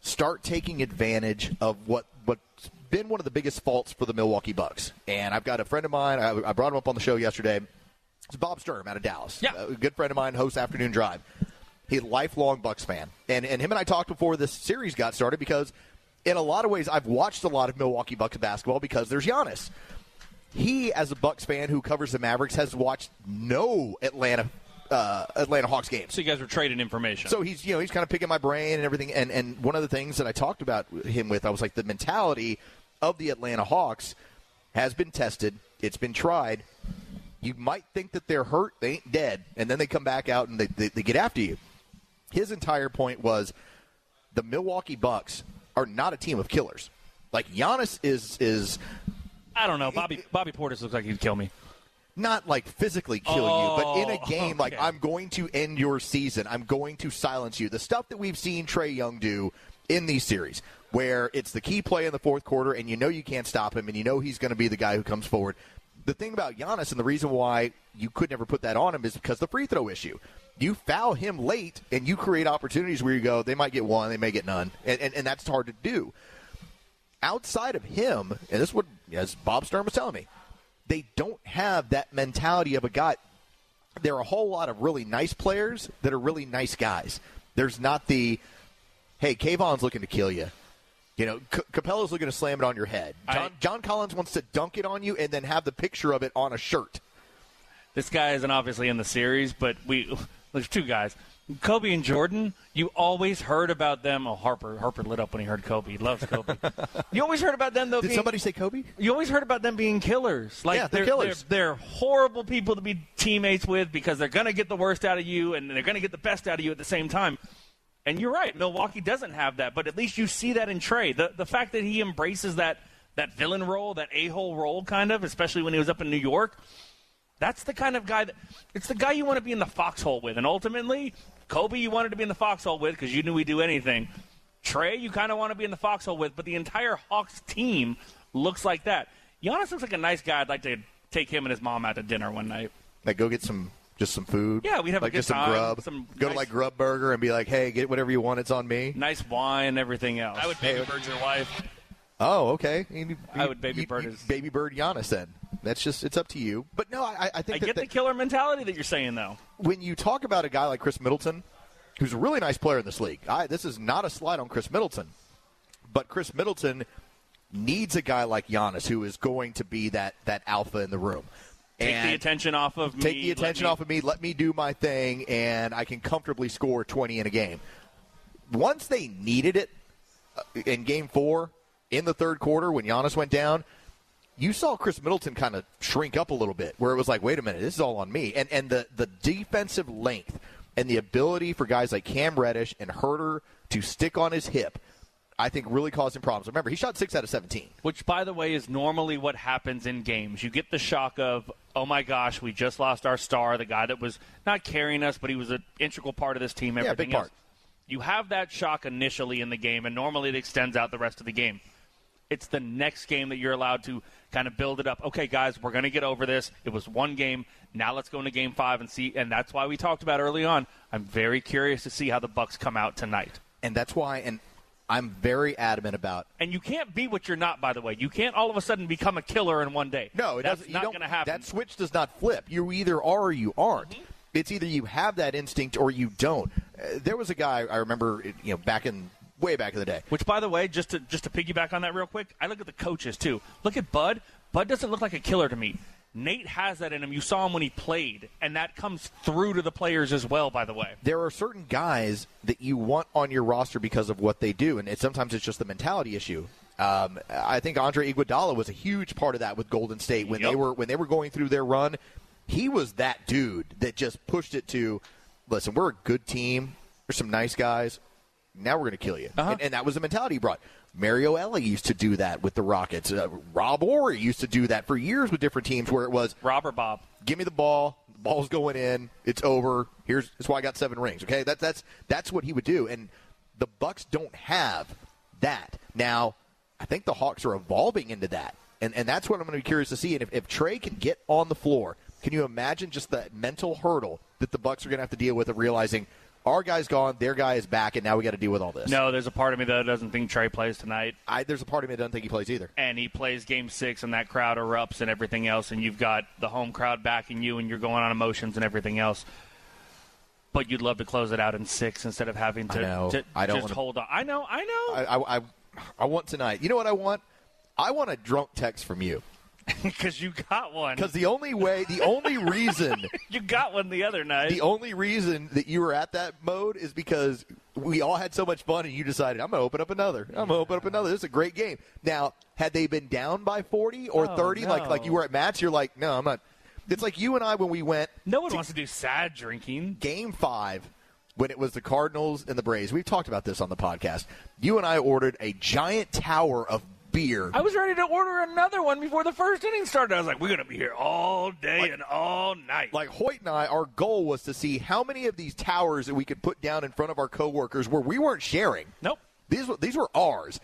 start taking advantage of what what's been one of the biggest faults for the Milwaukee Bucks. And I've got a friend of mine. I, I brought him up on the show yesterday. It's Bob Sturm out of Dallas. Yeah, a good friend of mine, hosts Afternoon Drive. He's a lifelong Bucks fan, and and him and I talked before this series got started because, in a lot of ways, I've watched a lot of Milwaukee Bucks basketball because there's Giannis. He, as a Bucks fan who covers the Mavericks, has watched no Atlanta uh, Atlanta Hawks games. So you guys were trading information. So he's you know he's kind of picking my brain and everything. And and one of the things that I talked about him with, I was like the mentality of the Atlanta Hawks has been tested. It's been tried. You might think that they're hurt, they ain't dead, and then they come back out and they, they, they get after you. His entire point was the Milwaukee Bucks are not a team of killers. Like Giannis is is I don't know. Bobby Bobby Portis looks like he'd kill me. not like physically kill you, but in Oh, a game like okay. I'm going to end your season. I'm going to silence you. The stuff that we've seen Trey Young do in these series. where it's the key play in the fourth quarter, and you know you can't stop him, and you know he's going to be the guy who comes forward. The thing about Giannis and the reason why you could never put that on him is because the free throw issue. You foul him late, and you create opportunities where you go, they might get one, they may get none, and, and, and that's hard to do. Outside of him, and this is what as Bob Stern was telling me, they don't have that mentality of a guy there are a whole lot of really nice players that are really nice guys. There's not the, hey, Kayvon's looking to kill you. You know, C- Capella's looking to slam it on your head. John, John Collins wants to dunk it on you and then have the picture of it on a shirt. This guy isn't obviously in the series, but we there's two guys. Kobe and Jordan, you always heard about them. Oh, Harper, Harper lit up when he heard Kobe. He loves Kobe. you always heard about them though. Did being- somebody say Kobe? You always heard about them being killers. Like Yeah, they're killers. They're, they're horrible people to be teammates with because they're going to get the worst out of you and they're going to get the best out of you at the same time. And you're right, Milwaukee doesn't have that, but at least you see that in Trey. The the fact that he embraces that that villain role, that a-hole role kind of, especially when he was up in New York, that's the kind of guy that it's the guy you want to be in the foxhole with. And ultimately, Kobe you wanted to be in the foxhole with because you knew he'd do anything. Trey you kind of want to be in the foxhole with, but the entire Hawks team looks like that. Giannis looks like a nice guy. I'd like to take him and his mom out to dinner one night. Like, go get some just some food. Yeah, we'd have a like good just some time, grub. some go nice- to like Grub Burger and be like, hey, get whatever you want. It's on me. Nice wine, everything else. I would baby bird your wife. Oh, okay. You- you- I would baby you- bird you his- baby bird Giannis. Then that's just it's up to you. But no, I, I think I that get they- the killer mentality that you're saying though. when you talk about a guy like Chris Middleton, who's a really nice player in this league, I, this is not a slide on Chris Middleton, but Chris Middleton needs a guy like Giannis who is going to be that that alpha in the room. Take And the attention off of me. take the let attention me- off of me. Let me do my thing, and I can comfortably score 20 in a game. Once they needed it uh, in game four, in the third quarter, when Giannis went down, you saw Chris Middleton kind of shrink up a little bit, where it was like, wait a minute, this is all on me. And, and the, the defensive length and the ability for guys like Cam Reddish and Herter to stick on his hip, I think really caused him problems. Remember, he shot 6 out of 17. Which, by the way, is normally what happens in games. You get the shock of, oh my gosh, we just lost our star, the guy that was not carrying us, but he was an integral part of this team. Yeah, Everything big else. part. You have that shock initially in the game, and normally it extends out the rest of the game. It's the next game that you're allowed to kind of build it up. Okay, guys, we're going to get over this. It was one game. Now let's go into game five and see. And that's why we talked about early on. I'm very curious to see how the Bucks come out tonight. And that's why, and I'm very adamant about And you can't be what you're not, by the way. You can't all of a sudden become a killer in one day. No, it that's doesn't, you not don't- going to happen. Mm-hmm. That switch does not flip. You either are or you aren't. It's either you have that instinct or you don't. Uh, there was a guy I remember, it- you know, back in way back in the day. Which, by the way, just to just to piggyback on that real quick, I look at the coaches too. Look at Bud. Bud doesn't look like a killer to me. Nate has that in him. You saw him when he played, and that comes through to the players as well. By the way, There are certain guys that you want on your roster because of what they do, and it, sometimes it's just the mentality issue. Um, I think Andre Iguodala was a huge part of that with Golden State when they were when they were going through their run. He was that dude that just pushed it to, listen, we're a good team. There's some nice guys. Now we're going to kill you. And, and that was the mentality he brought. Mario Ellie used to do that with the Rockets. Uh, Rob Ory used to do that for years with different teams where it was Rob or Bob. Give me the ball. The ball's going in. It's over. Here's that's why I got seven rings. Okay, that, that's that's what he would do. And the Bucks don't have that now. I think the Hawks are evolving into that, and and that's what I'm going to be curious to see. And if, if Trey can get on the floor, can you imagine just that mental hurdle that the Bucks are going to have to deal with of realizing our guy's gone, their guy is back, and now we got to deal with all this. no, there's a part of me though that doesn't think Trey plays tonight. I, there's a part of me that doesn't think he plays either. And he plays Game Six, and that crowd erupts and everything else, and you've got the home crowd backing you, and you're going on emotions and everything else. But you'd love to close it out in six instead of having to, I know. to I don't just wanna- hold on. I know, I know. I, I, I, I want tonight. You know what I want? I want a drunk text from you. Because you got one. Because the only way, the only reason, you got one the other night. the only reason that you were at that mode is because we all had so much fun, and you decided I'm going to open up another. I'm going to open up another. This is a great game. Now, had they been down by 40 or Oh, 30, like like no. you were at Matt's, you're like, no, I'm not. It's like you and I when we went. No one wants to do sad drinking. Game five, when it was the Cardinals and the Braves. We've talked about this on the podcast. You and I ordered a giant tower of beer. I was ready to order another one before the first inning started. I was like, we're going to be here all day and all night. Like Hoyt and I, our goal was to see how many of these towers that we could put down in front of our coworkers where we weren't sharing. Nope. These were- these were ours.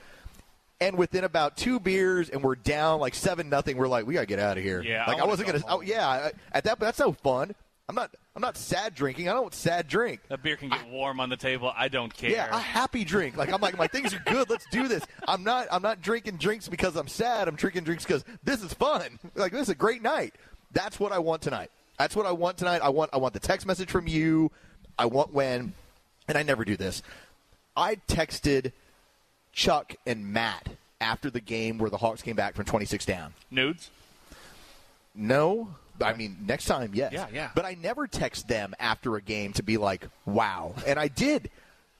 And within about two beers, and we're down like seven nothing. We're like, we gotta get out of here. Yeah, I like I, wanna wasn't go gonna. oh, yeah, I- at that, that's no fun. I'm not. I'm not sad drinking. I don't sad drink. That beer can get warm on the table. I don't care. Yeah, a happy drink. Like I'm like my things are good. Let's do this. I'm not I'm not drinking drinks because I'm sad. I'm drinking drinks because this is fun. Like this is a great night. That's what I want tonight. That's what I want tonight. I want I want the text message from you. I want when, and I never do this. I texted Chuck and Matt after the game where the Hawks came back from 26 down. Nudes? No. I mean, next time, yes. Yeah, yeah. But I never text them after a game to be like, "Wow," and I did,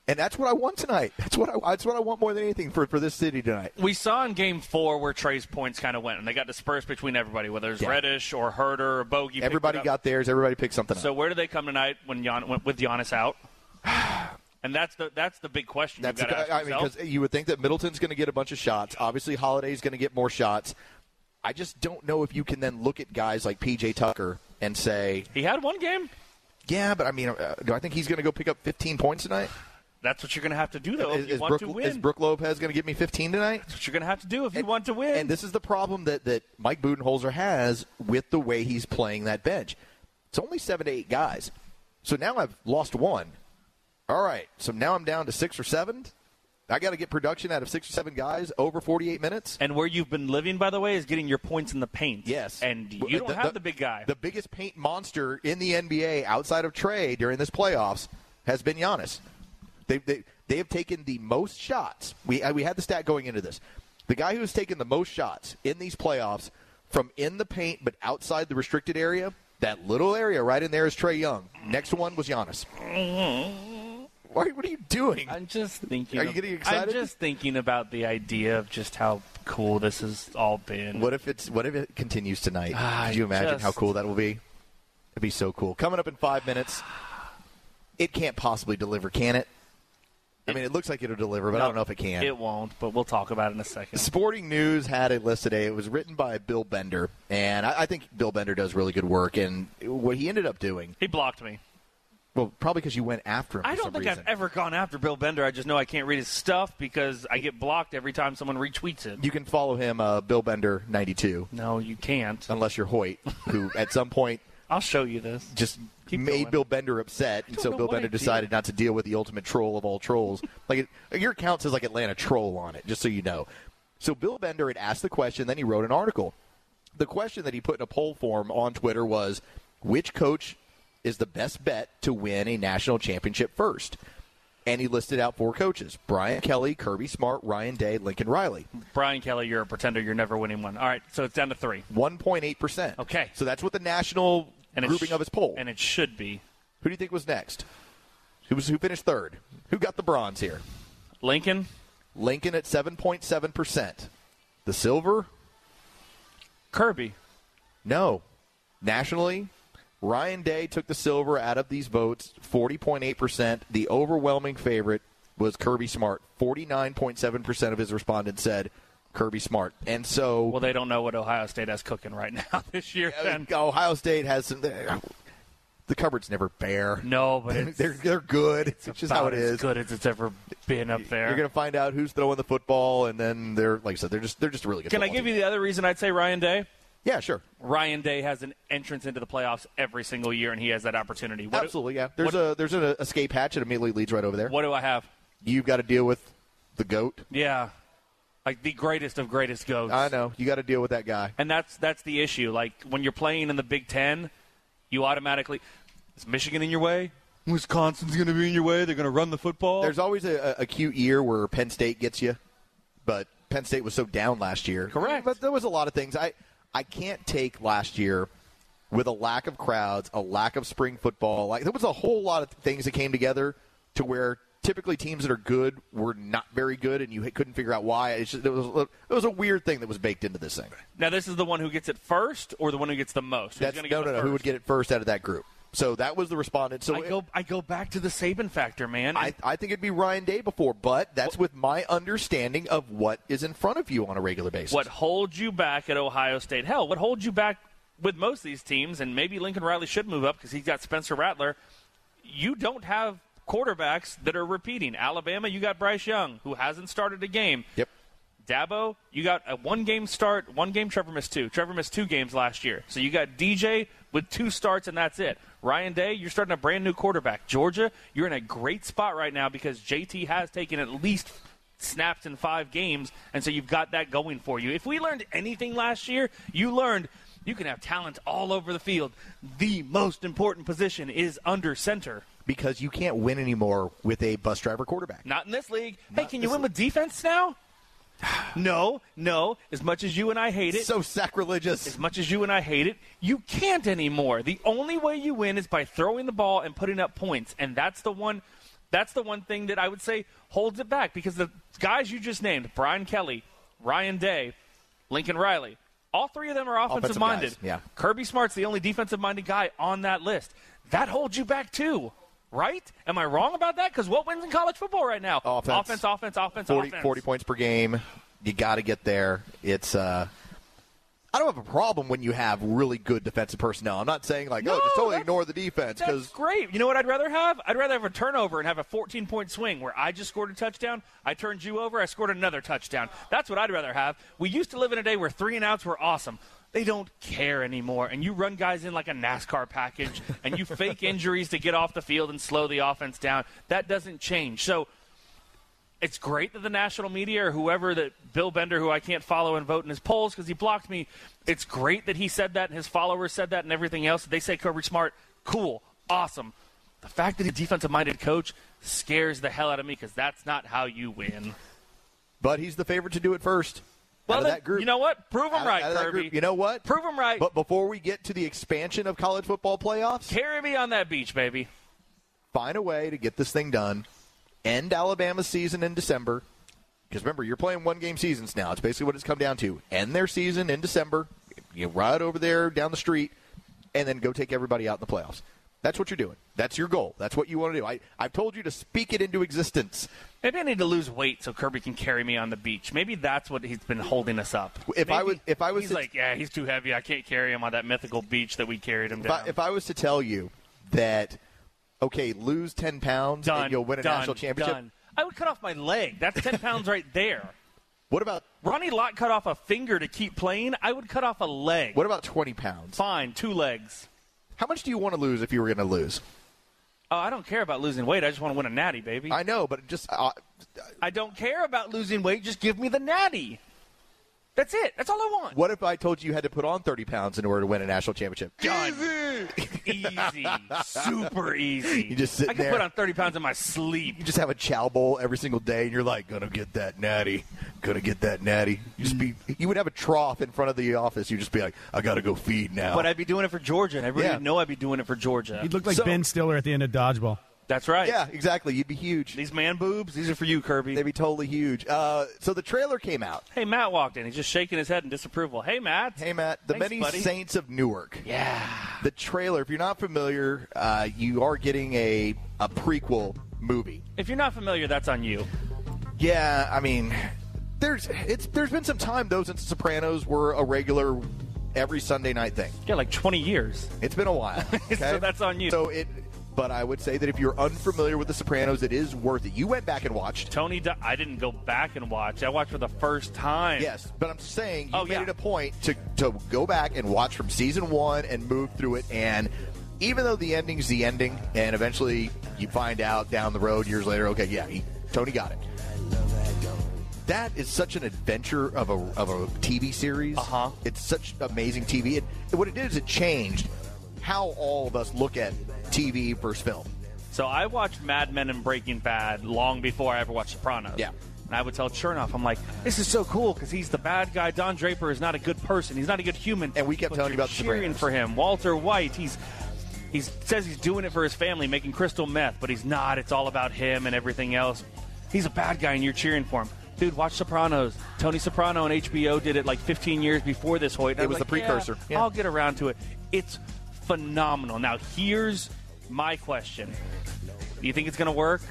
and that's what I want tonight. That's what I, that's what I want more than anything for for this city tonight. We saw in Game Four where Trey's points kind of went, and they got dispersed between everybody, whether it's Reddish or Herder or Bogey. picked everybody it up. got theirs. Everybody picked something up. So where do they come tonight when Gian, when- with Giannis out? And that's the that's the big question. That's you got I mean, because you would think that Middleton's going to get a bunch of shots. Obviously, Holiday's going to get more shots. I just don't know if you can then look at guys like PJ Tucker and say, he had one game. "Yeah, but I mean, uh, do I think he's going to go pick up 15 points tonight?" That's what you're going to have to do, though, Is, if you is want Brook, to is win. Brook Lopez going to give me 15 tonight? That's what you're going to have to do if you want to win. And this is the problem that, that Mike Budenholzer has with the way he's playing that bench. It's only seven to eight guys. So now I've lost one. All right. So now I'm down to six or seven. I got to get production out of six or seven guys over 48 minutes. And where you've been living, by the way, is getting your points in the paint. Yes. And you Well, don't the- have the- the, big guy. The biggest paint monster in the NBA outside of Trey during this playoffs has been Giannis. They they they have taken the most shots. We uh, we had the stat going into this. The guy who has taken the most shots in these playoffs from in the paint but outside the restricted area, that little area right in there is Trey Young. Next one was Giannis. Why, what are you doing? I'm just thinking. Are you of- getting I'm excited? just thinking about the idea of just how cool this has all been. What if it's what if it continues tonight? Ah, Could you imagine how just- cool that will be? It'd be so cool. Coming up in five minutes. It can't possibly deliver, can it? I mean, it looks like it'll deliver, but I No, don't know if it can. It won't, but we'll talk about it in a second. Sporting News had a list today. It was written by Bill Bender, and I, I think Bill Bender does really good work. And what he ended up doing, He blocked me. well, probably because you went after him. I for don't some think reason. I've ever gone after Bill Bender. I just know I can't read his stuff because I get blocked every time someone retweets it. You can follow him, uh, Bill Bender ninety two. No, you can't. Unless you're Hoyt, who at some point I'll show you this. just Keep made going. Bill Bender upset, and don't so know Bill what I Bender did. decided not to deal with the ultimate troll of all trolls. like it, your account says, like Atlanta troll on it, just so you know. So Bill Bender had asked the question, then he wrote an article. The question that he put in a poll form on Twitter was, "Which coach is the best bet to win a national championship first? And he listed out four coaches: Brian Kelly, Kirby Smart, Ryan Day, Lincoln Riley. Brian Kelly, you're a pretender. You're never winning one. All right, so it's down to three. 1.8%. Okay. So that's what the national And it grouping sh- of his poll. And it should be. Who do you think was next? Who was who finished third? Who got the bronze here? Lincoln. Lincoln at seven point seven percent. The silver. Kirby. No. Nationally, Ryan Day took the silver out of these votes, forty point eight percent. The overwhelming favorite was Kirby Smart. Forty nine point seven percent of his respondents said Kirby Smart, and so uh, Well, they don't know what Ohio State has cooking right now this year. then. Ohio State has some. The cupboard's never bare. No, but it's- they're they're good. It's, just how about it as is. good as it's ever been up there. You're gonna find out who's throwing the football, and then they're like I said, they're just they're just a really good. Can I give you the other reason I'd say Ryan Day? Yeah, sure. Ryan Day has an entrance into the playoffs every single year, and he has that opportunity. What Absolutely, yeah. There's a there's an escape hatch that immediately leads right over there. What do I have? You've got to deal with the goat. Yeah, like the greatest of greatest goats. I know you got to deal with that guy. And that's that's the issue. Like when you're playing in the Big Ten, you automatically is Michigan in your way? Wisconsin's going to be in your way. They're going to run the football. There's always a, a a cute year where Penn State gets you, but Penn State was so down last year. Correct. But there was a lot of things I I can't take last year with a lack of crowds, a lack of spring football. Like there was a whole lot of things that came together to where typically teams that are good were not very good, and you couldn't figure out why. It's just, it was it was a weird thing that was baked into this thing. Now this is the one who gets it first, or the one who gets the most. Who's That's gonna no, no, get it no. Who first? would get it first out of that group? So that was the respondent. So I it- go I go back to the Saban factor, man. I, I think it'd be Ryan Day before, but that's with my understanding of what is in front of you on a regular basis. what holds you back at Ohio State? Hell, what holds you back with most of these teams? And maybe Lincoln Riley should move up because he's got Spencer Rattler. You don't have quarterbacks that are repeating. Alabama, you got Bryce Young, who hasn't started a game. Yep. Dabo, you got a one game start, one game Trevor missed two. Trevor missed two games last year. So you got DJ with two starts and that's it. Ryan Day, you're starting a brand new quarterback. Georgia, you're in a great spot right now because JT has taken at least snaps in five games, and so you've got that going for you. If we learned anything last year, you learned you can have talent all over the field. The most important position is under center. Because you can't win anymore with a bus driver quarterback. Not in this league. hey, can you win with defense now? No, no. As much as you and I hate it, so sacrilegious. As much as you and I hate it, you can't anymore. The only way you win is by throwing the ball and putting up points, and that's the one. That's the one thing that I would say holds it back because the guys you just named, Brian Kelly, Ryan Day, Lincoln Riley, all three of them are offensive, Offensive minded. guys, yeah. Kirby Smart's the only defensive minded guy on that list. That holds you back too. Right? Am I wrong about that? Because what wins in college football right now? Offense. offense, offense, offense, 40, offense. 40 points per game. You got to get there. It's uh, I don't have a problem when you have really good defensive personnel. I'm not saying like, oh, just totally ignore the defense That's because great. You know what I'd rather have? I'd rather have a turnover and have a 14 point swing where I just scored a touchdown, I turned you over, I scored another touchdown. That's what I'd rather have. We used to live in a day where three and outs were awesome. They don't care anymore, and you run guys in like a NASCAR package, and you fake injuries to get off the field and slow the offense down. That doesn't change. So it's great that the national media or whoever that Bill Bender, who I can't follow and vote in his polls because he blocked me, it's great that he said that and his followers said that and everything else. They say Kirby Smart, cool, awesome. The fact that he's a defensive minded coach scares the hell out of me because that's not how you win. But he's the favorite to do it first. Well, out of then, that group. you know what? Prove Out him of- right, out of that Kirby. group. You know what? Prove him right. But before we get to the expansion of college football playoffs, Carry me on that beach, baby. Find a way to get this thing done. End Alabama's season in December. Because remember, you're playing one game seasons now. It's basically what it's come down to. End their season in December. You ride over there down the street, and then go take everybody out in the playoffs. That's what you're doing. That's your goal. That's what you want to do. I, I've told you to speak it into existence. Maybe I need to lose weight so Kirby can carry me on the beach. Maybe that's what he's been holding us up. If I was- if I was he's to- like, yeah, he's too heavy. I can't carry him on that mythical beach that we carried him If I, down. if I was to tell you that, okay, lose 10 pounds done. and you'll win a done, national championship, done. I would cut off my leg. That's ten pounds right there. What about Ronnie Lott cut off a finger to keep playing? I would cut off a leg. what about 20 pounds? Fine, two legs. How much do you want to lose if you were going to lose? Oh, I don't care about losing weight. I just want to win a natty, baby. I know, but just uh, I don't care about losing weight. Just give me the natty. That's it. That's all I want. What if I told you you had to put on 30 pounds in order to win a national championship? Easy, super easy. You just sit I can there. put on thirty pounds in my sleep. You just have a chow bowl every single day, and you're like, gonna get that natty, gonna get that natty. You just be, you would have a trough in front of the office. You'd just be like, I gotta go feed now. But I'd be doing it for Georgia, and everybody Yeah. would know I'd be doing it for Georgia. You'd look like So- Ben Stiller at the end of Dodgeball. That's right. Yeah, exactly. You'd be huge. These man boobs, these are for you, Kirby. They'd be totally huge. Uh, so the trailer came out. Hey, Matt walked in. He's just shaking his head in disapproval. Hey, Matt. Hey, Matt. The Thanks, many buddy. saints of Newark. Yeah. The trailer. If you're not familiar, uh, you are getting a a prequel movie. If you're not familiar, that's on you. Yeah, I mean, there's it's there's been some time though since Sopranos were a regular every Sunday night thing. Yeah, like 20 years. It's been a while. so that's on you. So it. But I would say that if you're unfamiliar with The Sopranos, it is worth it. You went back and watched. Tony, Di- I didn't go back and watch. I watched for the first time. Yes, but I'm saying you Oh, made yeah. it a point to, to go back and watch from season one and move through it. And even though the ending's the ending, and eventually you find out down the road years later, okay, yeah, he, Tony got it. That is such an adventure of a, of a TV series. Uh Uh-huh. huh. It's such amazing TV. It, what it did is it changed how all of us look at TV versus film. So I watched Mad Men and Breaking Bad long before I ever watched Sopranos. Yeah. And I would tell Chernoff, I'm like, this is so cool because he's the bad guy. Don Draper is not a good person. He's not a good human. And we kept telling you about cheering for him. Walter White, he's he says he's doing it for his family, making crystal meth, but he's not. It's all about him and everything else. He's a bad guy, and you're cheering for him. Dude, watch Sopranos. Tony Soprano on HBO did it like 15 years before this Hoyt. And It I'm was like, the precursor. "Yeah, I'll get around to it. It's phenomenal. Now, here's my question. Do you think it's going to work?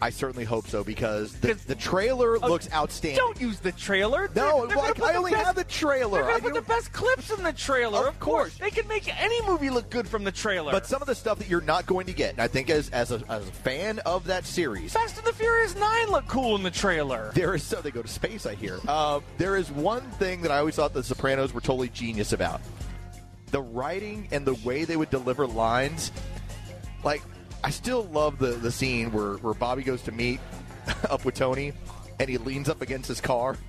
I certainly hope so because the, the trailer looks outstanding. Oh, Don't use the trailer. No, They're- they're well, gonna put I the only best- have the trailer. They're I gonna put do- the best clips in the trailer. Of Of, course. they can make any movie look good from the trailer. But some of the stuff that you're not going to get, and I think as as a, as a fan of that series, Fast and the Furious Nine look cool in the trailer. There is so they go to space. I hear. Uh, there is one thing that I always thought the Sopranos were totally genius about: the writing and the way they would deliver lines. Like, I still love the the scene where where Bobby goes to meet up with Tony, and he leans up against his car.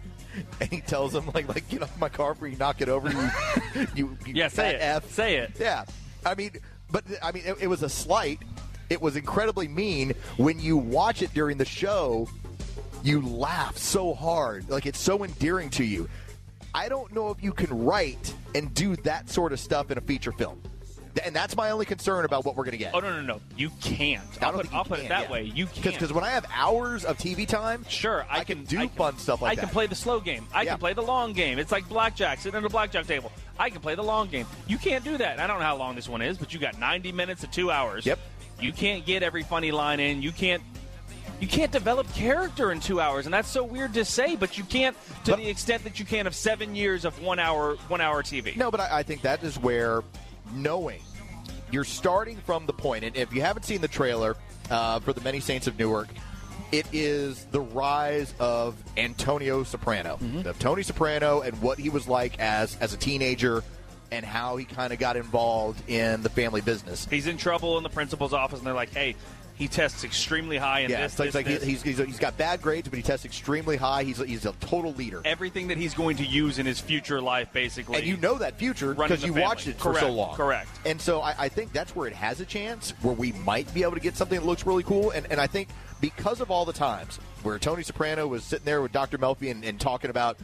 And he tells him like like get off my car before you knock it over. You, you, you Yeah, say fat it. F. Say it. Yeah, I mean, but I mean, it, it was a slight. It was incredibly mean. When you watch it during the show, you laugh so hard, like it's so endearing to you. I don't know if you can write and do that sort of stuff in a feature film, Th- and that's my only concern about what we're going to get. Oh no no no! You can't. I I'll don't put, think you I'll put can, it that yeah. way. You can't. Because when I have hours of TV time, sure, I, can, do I can- fun stuff like I can that. play the slow game. I can play the long game. It's like blackjack. Sitting at a blackjack table. I can play the long game. You can't do that. I don't know how long this one is, but you got 90 minutes to two hours. Yep. You can't get every funny line in. You can't. You can't develop character in two hours, and that's so weird to say. But you can't, to the extent that you can, of seven years of one hour, one hour TV. No, but I, I think that is where knowing you're starting from the point, and if you haven't seen the trailer uh, for the Many Saints of Newark, it is the rise of Antonio Soprano, of Tony Soprano, and what he was like as as a teenager, and how he kind of got involved in the family business. He's in trouble in the principal's office, and they're like, "Hey, he tests extremely high in yeah, this." so it's this, like he- this. he's, he's, he's got bad grades, but he tests extremely high. He's he's a total leader. everything that he's going to use in his future life, basically. And you know that future Running because the you family. watched it for so Correct, long. correct. And so I, I think that's where it has a chance, where we might be able to get something that looks really cool. And, and I think because of all the times where Tony Soprano was sitting there with Dr. Melfi and, and talking about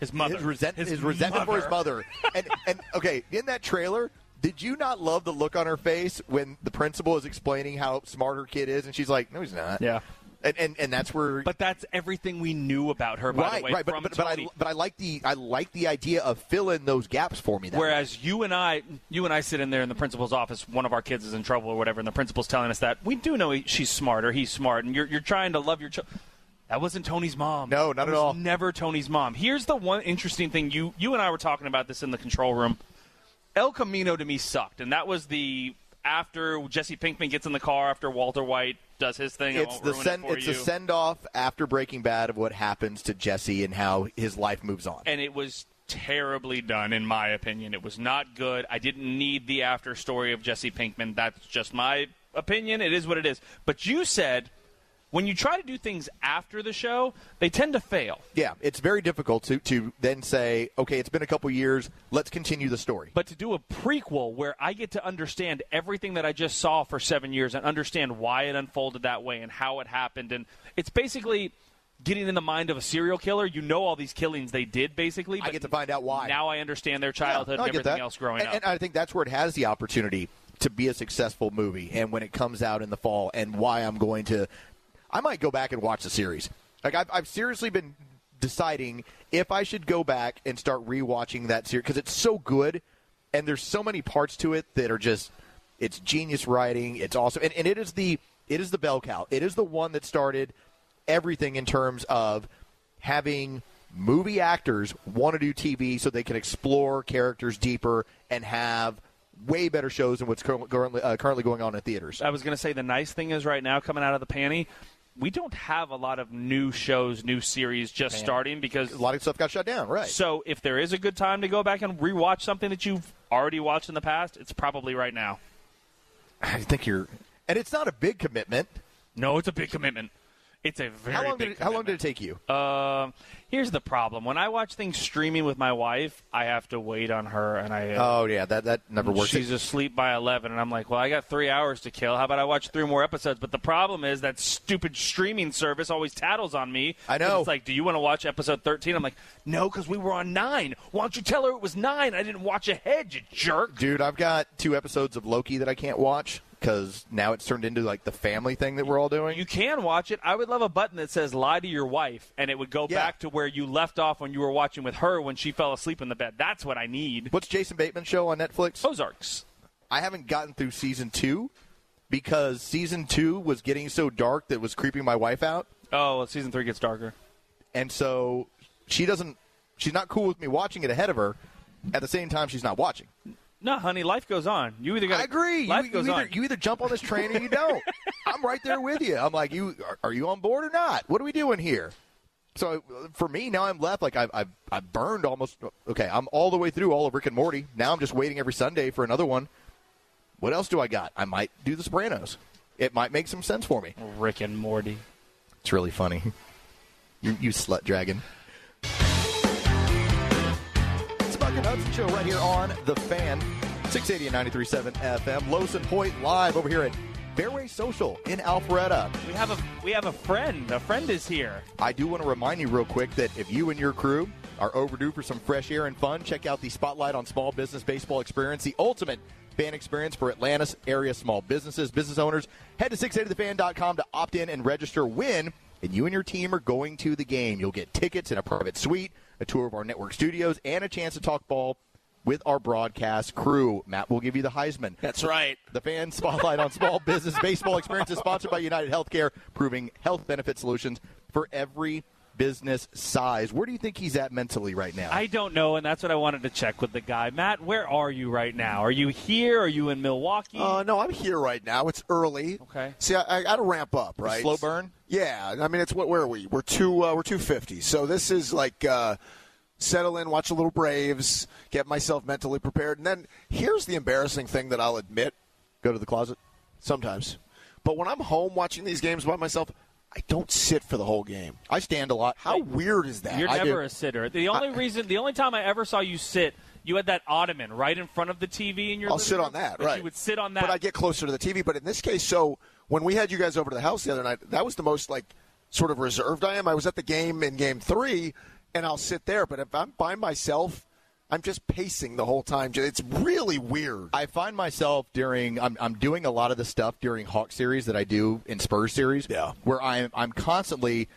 his mother, his, resent, his, resentment for his mother. and, and okay, in that trailer, did you not love the look on her face when the principal is explaining how smart her kid is, and she's like, "No, he's not." Yeah. And, and, and that's where But that's everything we knew about her, by right, the way, right. But, from but, but I Tony. but I like the I like the idea of fill in those gaps for me. That way. Whereas you and I, you and I sit in there in the principal's office. One of our kids is in trouble or whatever, and the principal's telling us that we do know he, she's smart or he's smart, and you're you're trying to love your child. That wasn't Tony's mom. No, not at all. Never Tony's mom. Here's the one interesting thing you you and I were talking about this in the control room. El Camino to me sucked, and that was the after Jesse Pinkman gets in the car after Walter White does his thing. I it's won't the ruin it send for it's you. the send off after Breaking Bad of what happens to Jesse and how his life moves on. and it was terribly done in my opinion it was not good i didn't need the after story of jesse pinkman that's just my opinion it is what it is but you said when you try to do things after the show they tend to fail Yeah, it's very difficult to to then say, okay, it's been a couple years, let's continue the story. but to do a prequel where i get to understand everything that i just saw for seven years and understand why it unfolded that way and how it happened and it's basically getting in the mind of a serial killer you know all these killings they did basically but i get to find out why now i understand their childhood No, I and get everything that. else growing and, up and I think that's where it has the opportunity to be a successful movie. And when it comes out in the fall, and why I'm going to, I might go back and watch the series. Like I've, I've seriously been deciding if I should go back and start rewatching that series because it's so good, and there's so many parts to it that are just, it's genius writing. It's awesome, and, and it is the it is the bell cow. It is the one that started everything in terms of having movie actors want to do TV so they can explore characters deeper and have way better shows than what's cur- currently, uh, currently going on in theaters. I was going to say the nice thing is right now coming out of the panty, we don't have a lot of new shows, new series just Man. starting because a lot of stuff got shut down, right? So if there is a good time to go back and rewatch something that you've already watched in the past, it's probably right now. I think you're, and it's not a big commitment. No, it's a big commitment. It's a very how long big did it, how long did it take you? Um, here's the problem. When I watch things streaming with my wife, I have to wait on her, and I uh, Oh yeah, that that never works. She's asleep by eleven, and I'm like, well, I got three hours to kill. How about I watch three more episodes? But the problem is that stupid streaming service always tattles on me. I know. It's like, do you want to watch episode thirteen? I'm like, no, because we were on nine. Why don't you tell her it was nine? I didn't watch ahead, you jerk. Dude, I've got two episodes of Loki that I can't watch because now it's turned into like the family thing that we're all doing. You can watch it. I would love a button that says "Lie to your wife," and it would go back to where you left off when you were watching with her when she fell asleep in the bed. That's what I need. Oh, What's Jason Bateman's show on Netflix? Ozarks. I haven't gotten through season two, because season two was getting so dark that it was creeping my wife out. Oh, well, season three gets darker, and so she doesn't. She's not cool with me watching it ahead of her. At the same time, she's not watching. No, honey, life goes on. You either got I agree. Life you, goes you either, on. you either jump on this train or you don't. I'm right there with you. I'm like, you are, are you on board or not? What are we doing here? So uh, for me now, I'm left like I've, I've I've burned almost. Okay, I'm all the way through all of Rick and Morty. Now I'm just waiting every Sunday for another one. What else do I got? I might do The Sopranos. It might make some sense for me. Rick and Morty. It's really funny. You, you slut dragon. It's Buck and Hudson Show right here on The Fan, 680 and 93.7 FM. Los and Hoyt live over here at Fairway Social in Alpharetta. We have a we have a friend. A friend is here. I do want to remind you real quick that if you and your crew are overdue for some fresh air and fun, check out the Spotlight on Small Business Baseball Experience, the ultimate fan experience for Atlanta's area small businesses, business owners. Head to 680thefan.com to opt in and register when and you and your team are going to the game. You'll get tickets in a private suite, a tour of our network studios, and a chance to talk ball with our broadcast crew. Matt will give you the Heisman. That's right. The fan spotlight on small business baseball experience is sponsored by United Healthcare, proving health benefit solutions for every business size. Where do you think he's at mentally right now? I don't know, and that's what I wanted to check with the guy. Matt, where are you right now? Are you here? Are you in Milwaukee? Uh, no, I'm here right now. It's early. Okay. See, I, I got to ramp up, right? slow burn? Yeah. I mean, it's what? Where are we? We're two. Uh, we're two fifty. So this is like uh, settle in, watch a little Braves, get myself mentally prepared, and then here's the embarrassing thing that I'll admit: go to the closet sometimes. But when I'm home watching these games by myself, I don't sit for the whole game. I stand a lot. How weird is that? You're I do. never a sitter. The only reason, the only time I ever saw you sit, you had that ottoman right in front of the TV in your. I'll living sit room, on that, but right? You would sit on that. But I get closer to the TV. But in this case, so when we had you guys over to the house the other night, that was the most like sort of reserved I am. I was at the game in game three, and I'll sit there. But if I'm by myself, I'm just pacing the whole time. It's really weird. I find myself during I'm, I'm doing a lot of the stuff during Hawk series that I do in Spurs series. Yeah. Where I'm I'm constantly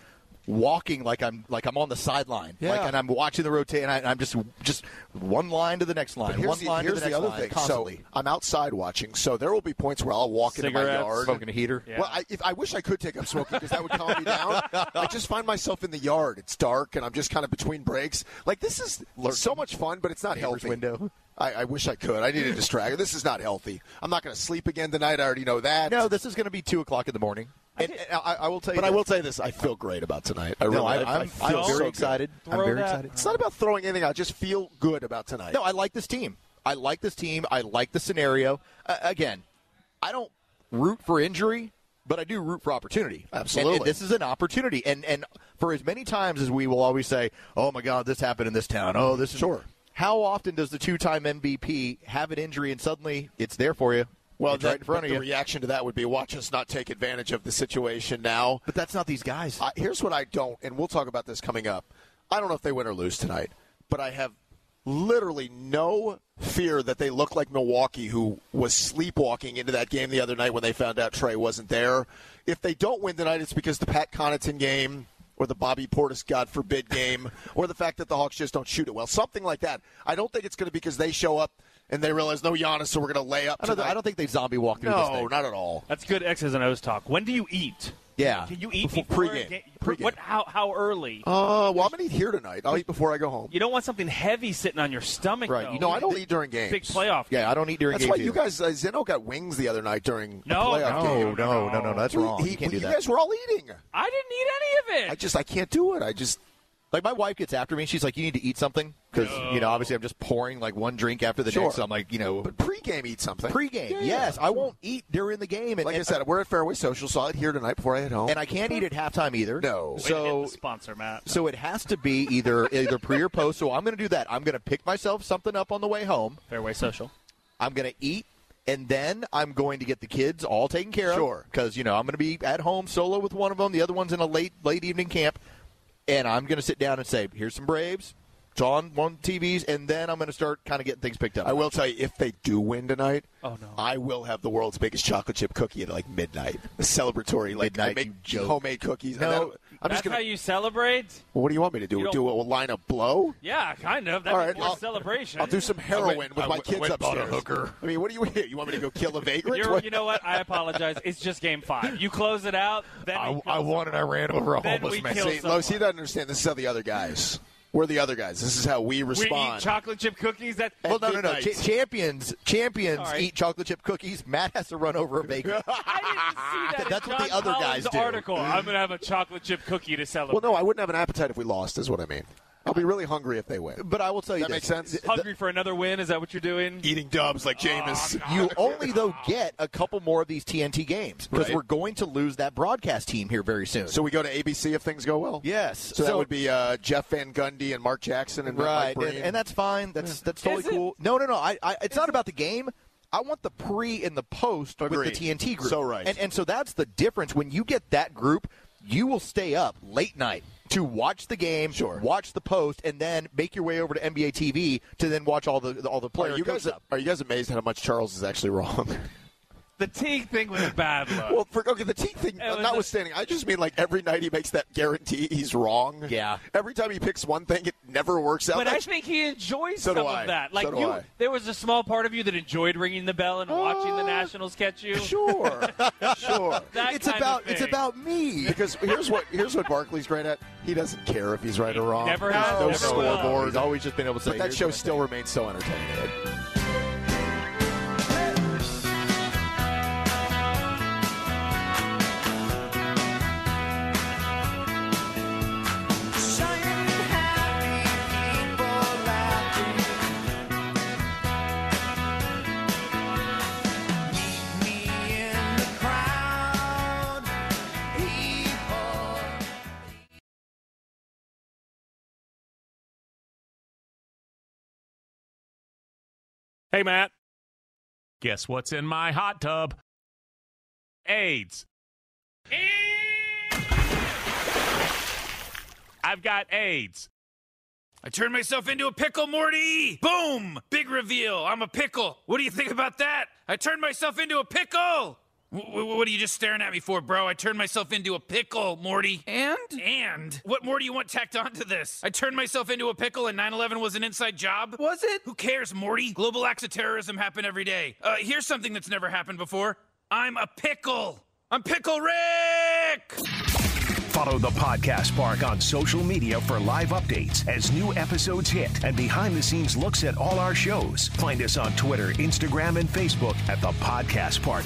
walking like I'm like I'm on the sideline. Yeah. Like, and I'm watching the rotate and I, I'm just just one line to the next But line, here's one the, line to here's the next other line thing. constantly. So I'm outside watching. So there will be points where I'll walk into my Cigarettes, yard, smoking a heater. Well, I, if, I wish I could take up smoking because that would calm me down. I just find myself in the yard. It's dark, and I'm just kind of between breaks. Like this is so much fun, but it's not Neighbor's healthy. window. I, I wish I could. I need a distraction. This is not healthy. I'm not going to sleep again tonight. I already know that. No, this is going to be two o'clock in the morning. And, and I, I will tell you, But I this. will tell you this: I feel great about tonight. I No, really, I'm- I- I I'm- feel I'm so very good. excited. I'm Throw very that- excited. It's not about throwing anything. out. I just feel good about tonight. No, I like this team. I like this team. I like the scenario. Uh, again, I don't root for injury, but I do root for opportunity. Absolutely. And- and this is an opportunity. And and for as many times as we will always say, "Oh my God, this happened in this town." Oh, this is Sure. How often does the two-time MVP have an injury and suddenly it's there for you? Well, it's that, right in front but of the you. reaction to that would be watch us not take advantage of the situation now. But that's not these guys. I, here's what I don't, and we'll talk about this coming up. I don't know if they win or lose tonight, but I have literally no fear that they look like Milwaukee, who was sleepwalking into that game the other night when they found out Trey wasn't there. If they don't win tonight, it's because the Pat Connaughton game. Or the Bobby Portis, God forbid, game, or the fact that the Hawks just don't shoot it well, something like that. I don't think it's going to be because they show up and they realize no Giannis, so we're going to lay up. I don't, tonight. I don't think they zombie walk through this No, thing. not at all. That's good X's and O's talk. When do you eat? Yeah. Can you eat Before- before a pregame. ga- Pregame. What? How? How early? Uh, well, I'm gonna eat here tonight. I'll eat before I go home. you don't want something heavy sitting on your stomach. Right. Though. You know, I don't eat during games. Big playoff. Yeah, I don't eat during That's games why you either. guys, uh, Zeno got wings the other night during No, a playoff no, game. no, no, no, no, that's We- wrong. he- You can't we- do that. You guys were all eating. I didn't eat any of it. I just, I can't do it. I just, Like my wife gets after me. She's like, "You need to eat something," because you know, obviously, I'm just pouring like one drink after the Sure. next. So I'm like, you know, but pregame eat something. pregame. Yeah, yes, yeah. I won't eat during the game. And, Like I and- said, we're at Fairway Social, so I'll eat here tonight before I head home. and I can't eat at halftime either. No. Way to hit So the sponsor Matt. so it has to be either either pre or post. So I'm going to do that. I'm going to pick myself something up on the way home. Fairway Social. I'm going to eat. And then I'm going to get the kids all taken care of. Sure. Because, you know, I'm going to be at home solo with one of them. The other one's in a late late evening camp. And I'm going to sit down and say, here's some Braves. It's on one of the TVs. And then I'm going to start kind of getting things picked up. I will tell you, if they do win tonight, Oh, no. I will have the world's biggest chocolate chip cookie at like midnight. A celebratory, like Midnight, I make you joke. homemade cookies. No, and that'll, I'm That's just gonna. how you celebrate? Well, what do you want me to do? You don't- do a line of blow? Yeah, kind of. That's All right, more I'll- celebration. I'll do some heroin with my kids on upstairs. I mean, what do you hear? You want me to go kill a vagrant? You're, What- you know what? I apologize. It's just game five. You close it out. Then I, I wanted I ran over a Then we homeless man. kill See, Los, he doesn't understand. This is how the other guys. We're the other guys. This is how we We eat respond. chocolate chip cookies. That Well, no, no, no. Cha- champions, champions All right. eat chocolate chip cookies. Matt has to run over a baker. I didn't see that. That's in what the John other Collins' guys do. Article. I'm gonna have a chocolate chip cookie to well, celebrate. no, I wouldn't have an appetite if we lost. Is what I mean. I'll be really hungry if they win. But I will tell you that this. makes sense. Hungry Ah, for another win? Is that what you're doing? Eating dubs like Jameis. You only though get a couple more of these TNT games because Right. we're going to lose that broadcast team here very soon. So we go to ABC if things go well. Yes. So, that would be uh, Jeff Van Gundy and Mark Jackson and right, Mike and, Breen. and that's fine. That's that's totally Is it? cool. No, no, no. I, I it's not about the game. I want the pre and the post Agreed. with the TNT group. So right. and and so that's the difference. When you get that group, you will stay up late night to watch the game, sure. watch the post, and then make your way over to NBA TV to then watch all the, all the player are you coach guys up. are you guys amazed at how much Charles is actually wrong? The Teague thing was a bad look. Well, for, okay, the Teague thing, It was notwithstanding, I just mean like every night he makes that guarantee he's wrong. Yeah. Every time he picks one thing, it never works out. But I That's- think he enjoys So do some I. of that. Like So do you, I. Uh, there was a small part of you that enjoyed ringing the bell and watching the Nationals catch you. Sure, sure. That It's kind of about it's thing. about me. because here's what here's what Barkley's great at. He doesn't care if he's right or wrong. never There's has, no never will. scoreboard. He's always just been able to say But that "Here's show what I still remains so entertaining. Hey, Matt. Guess what's in my hot tub? AIDS. I've got AIDS. I turned myself into a pickle, Morty! Boom! Big reveal. I'm a pickle. What do you think about that? I turned myself into a pickle! W- w- what are you just staring at me for, bro? I turned myself into a pickle, Morty. And? And. What more do you want tacked onto this? I turned myself into a pickle and 9 11 was an inside job? Was it? Who cares, Morty? Global acts of terrorism happen every day. Uh, here's something that's never happened before I'm a pickle! I'm Pickle Rick! Follow the Podcast Park on social media for live updates as new episodes hit and behind the scenes looks at all our shows. Find us on Twitter, Instagram, and Facebook at the Podcast Park.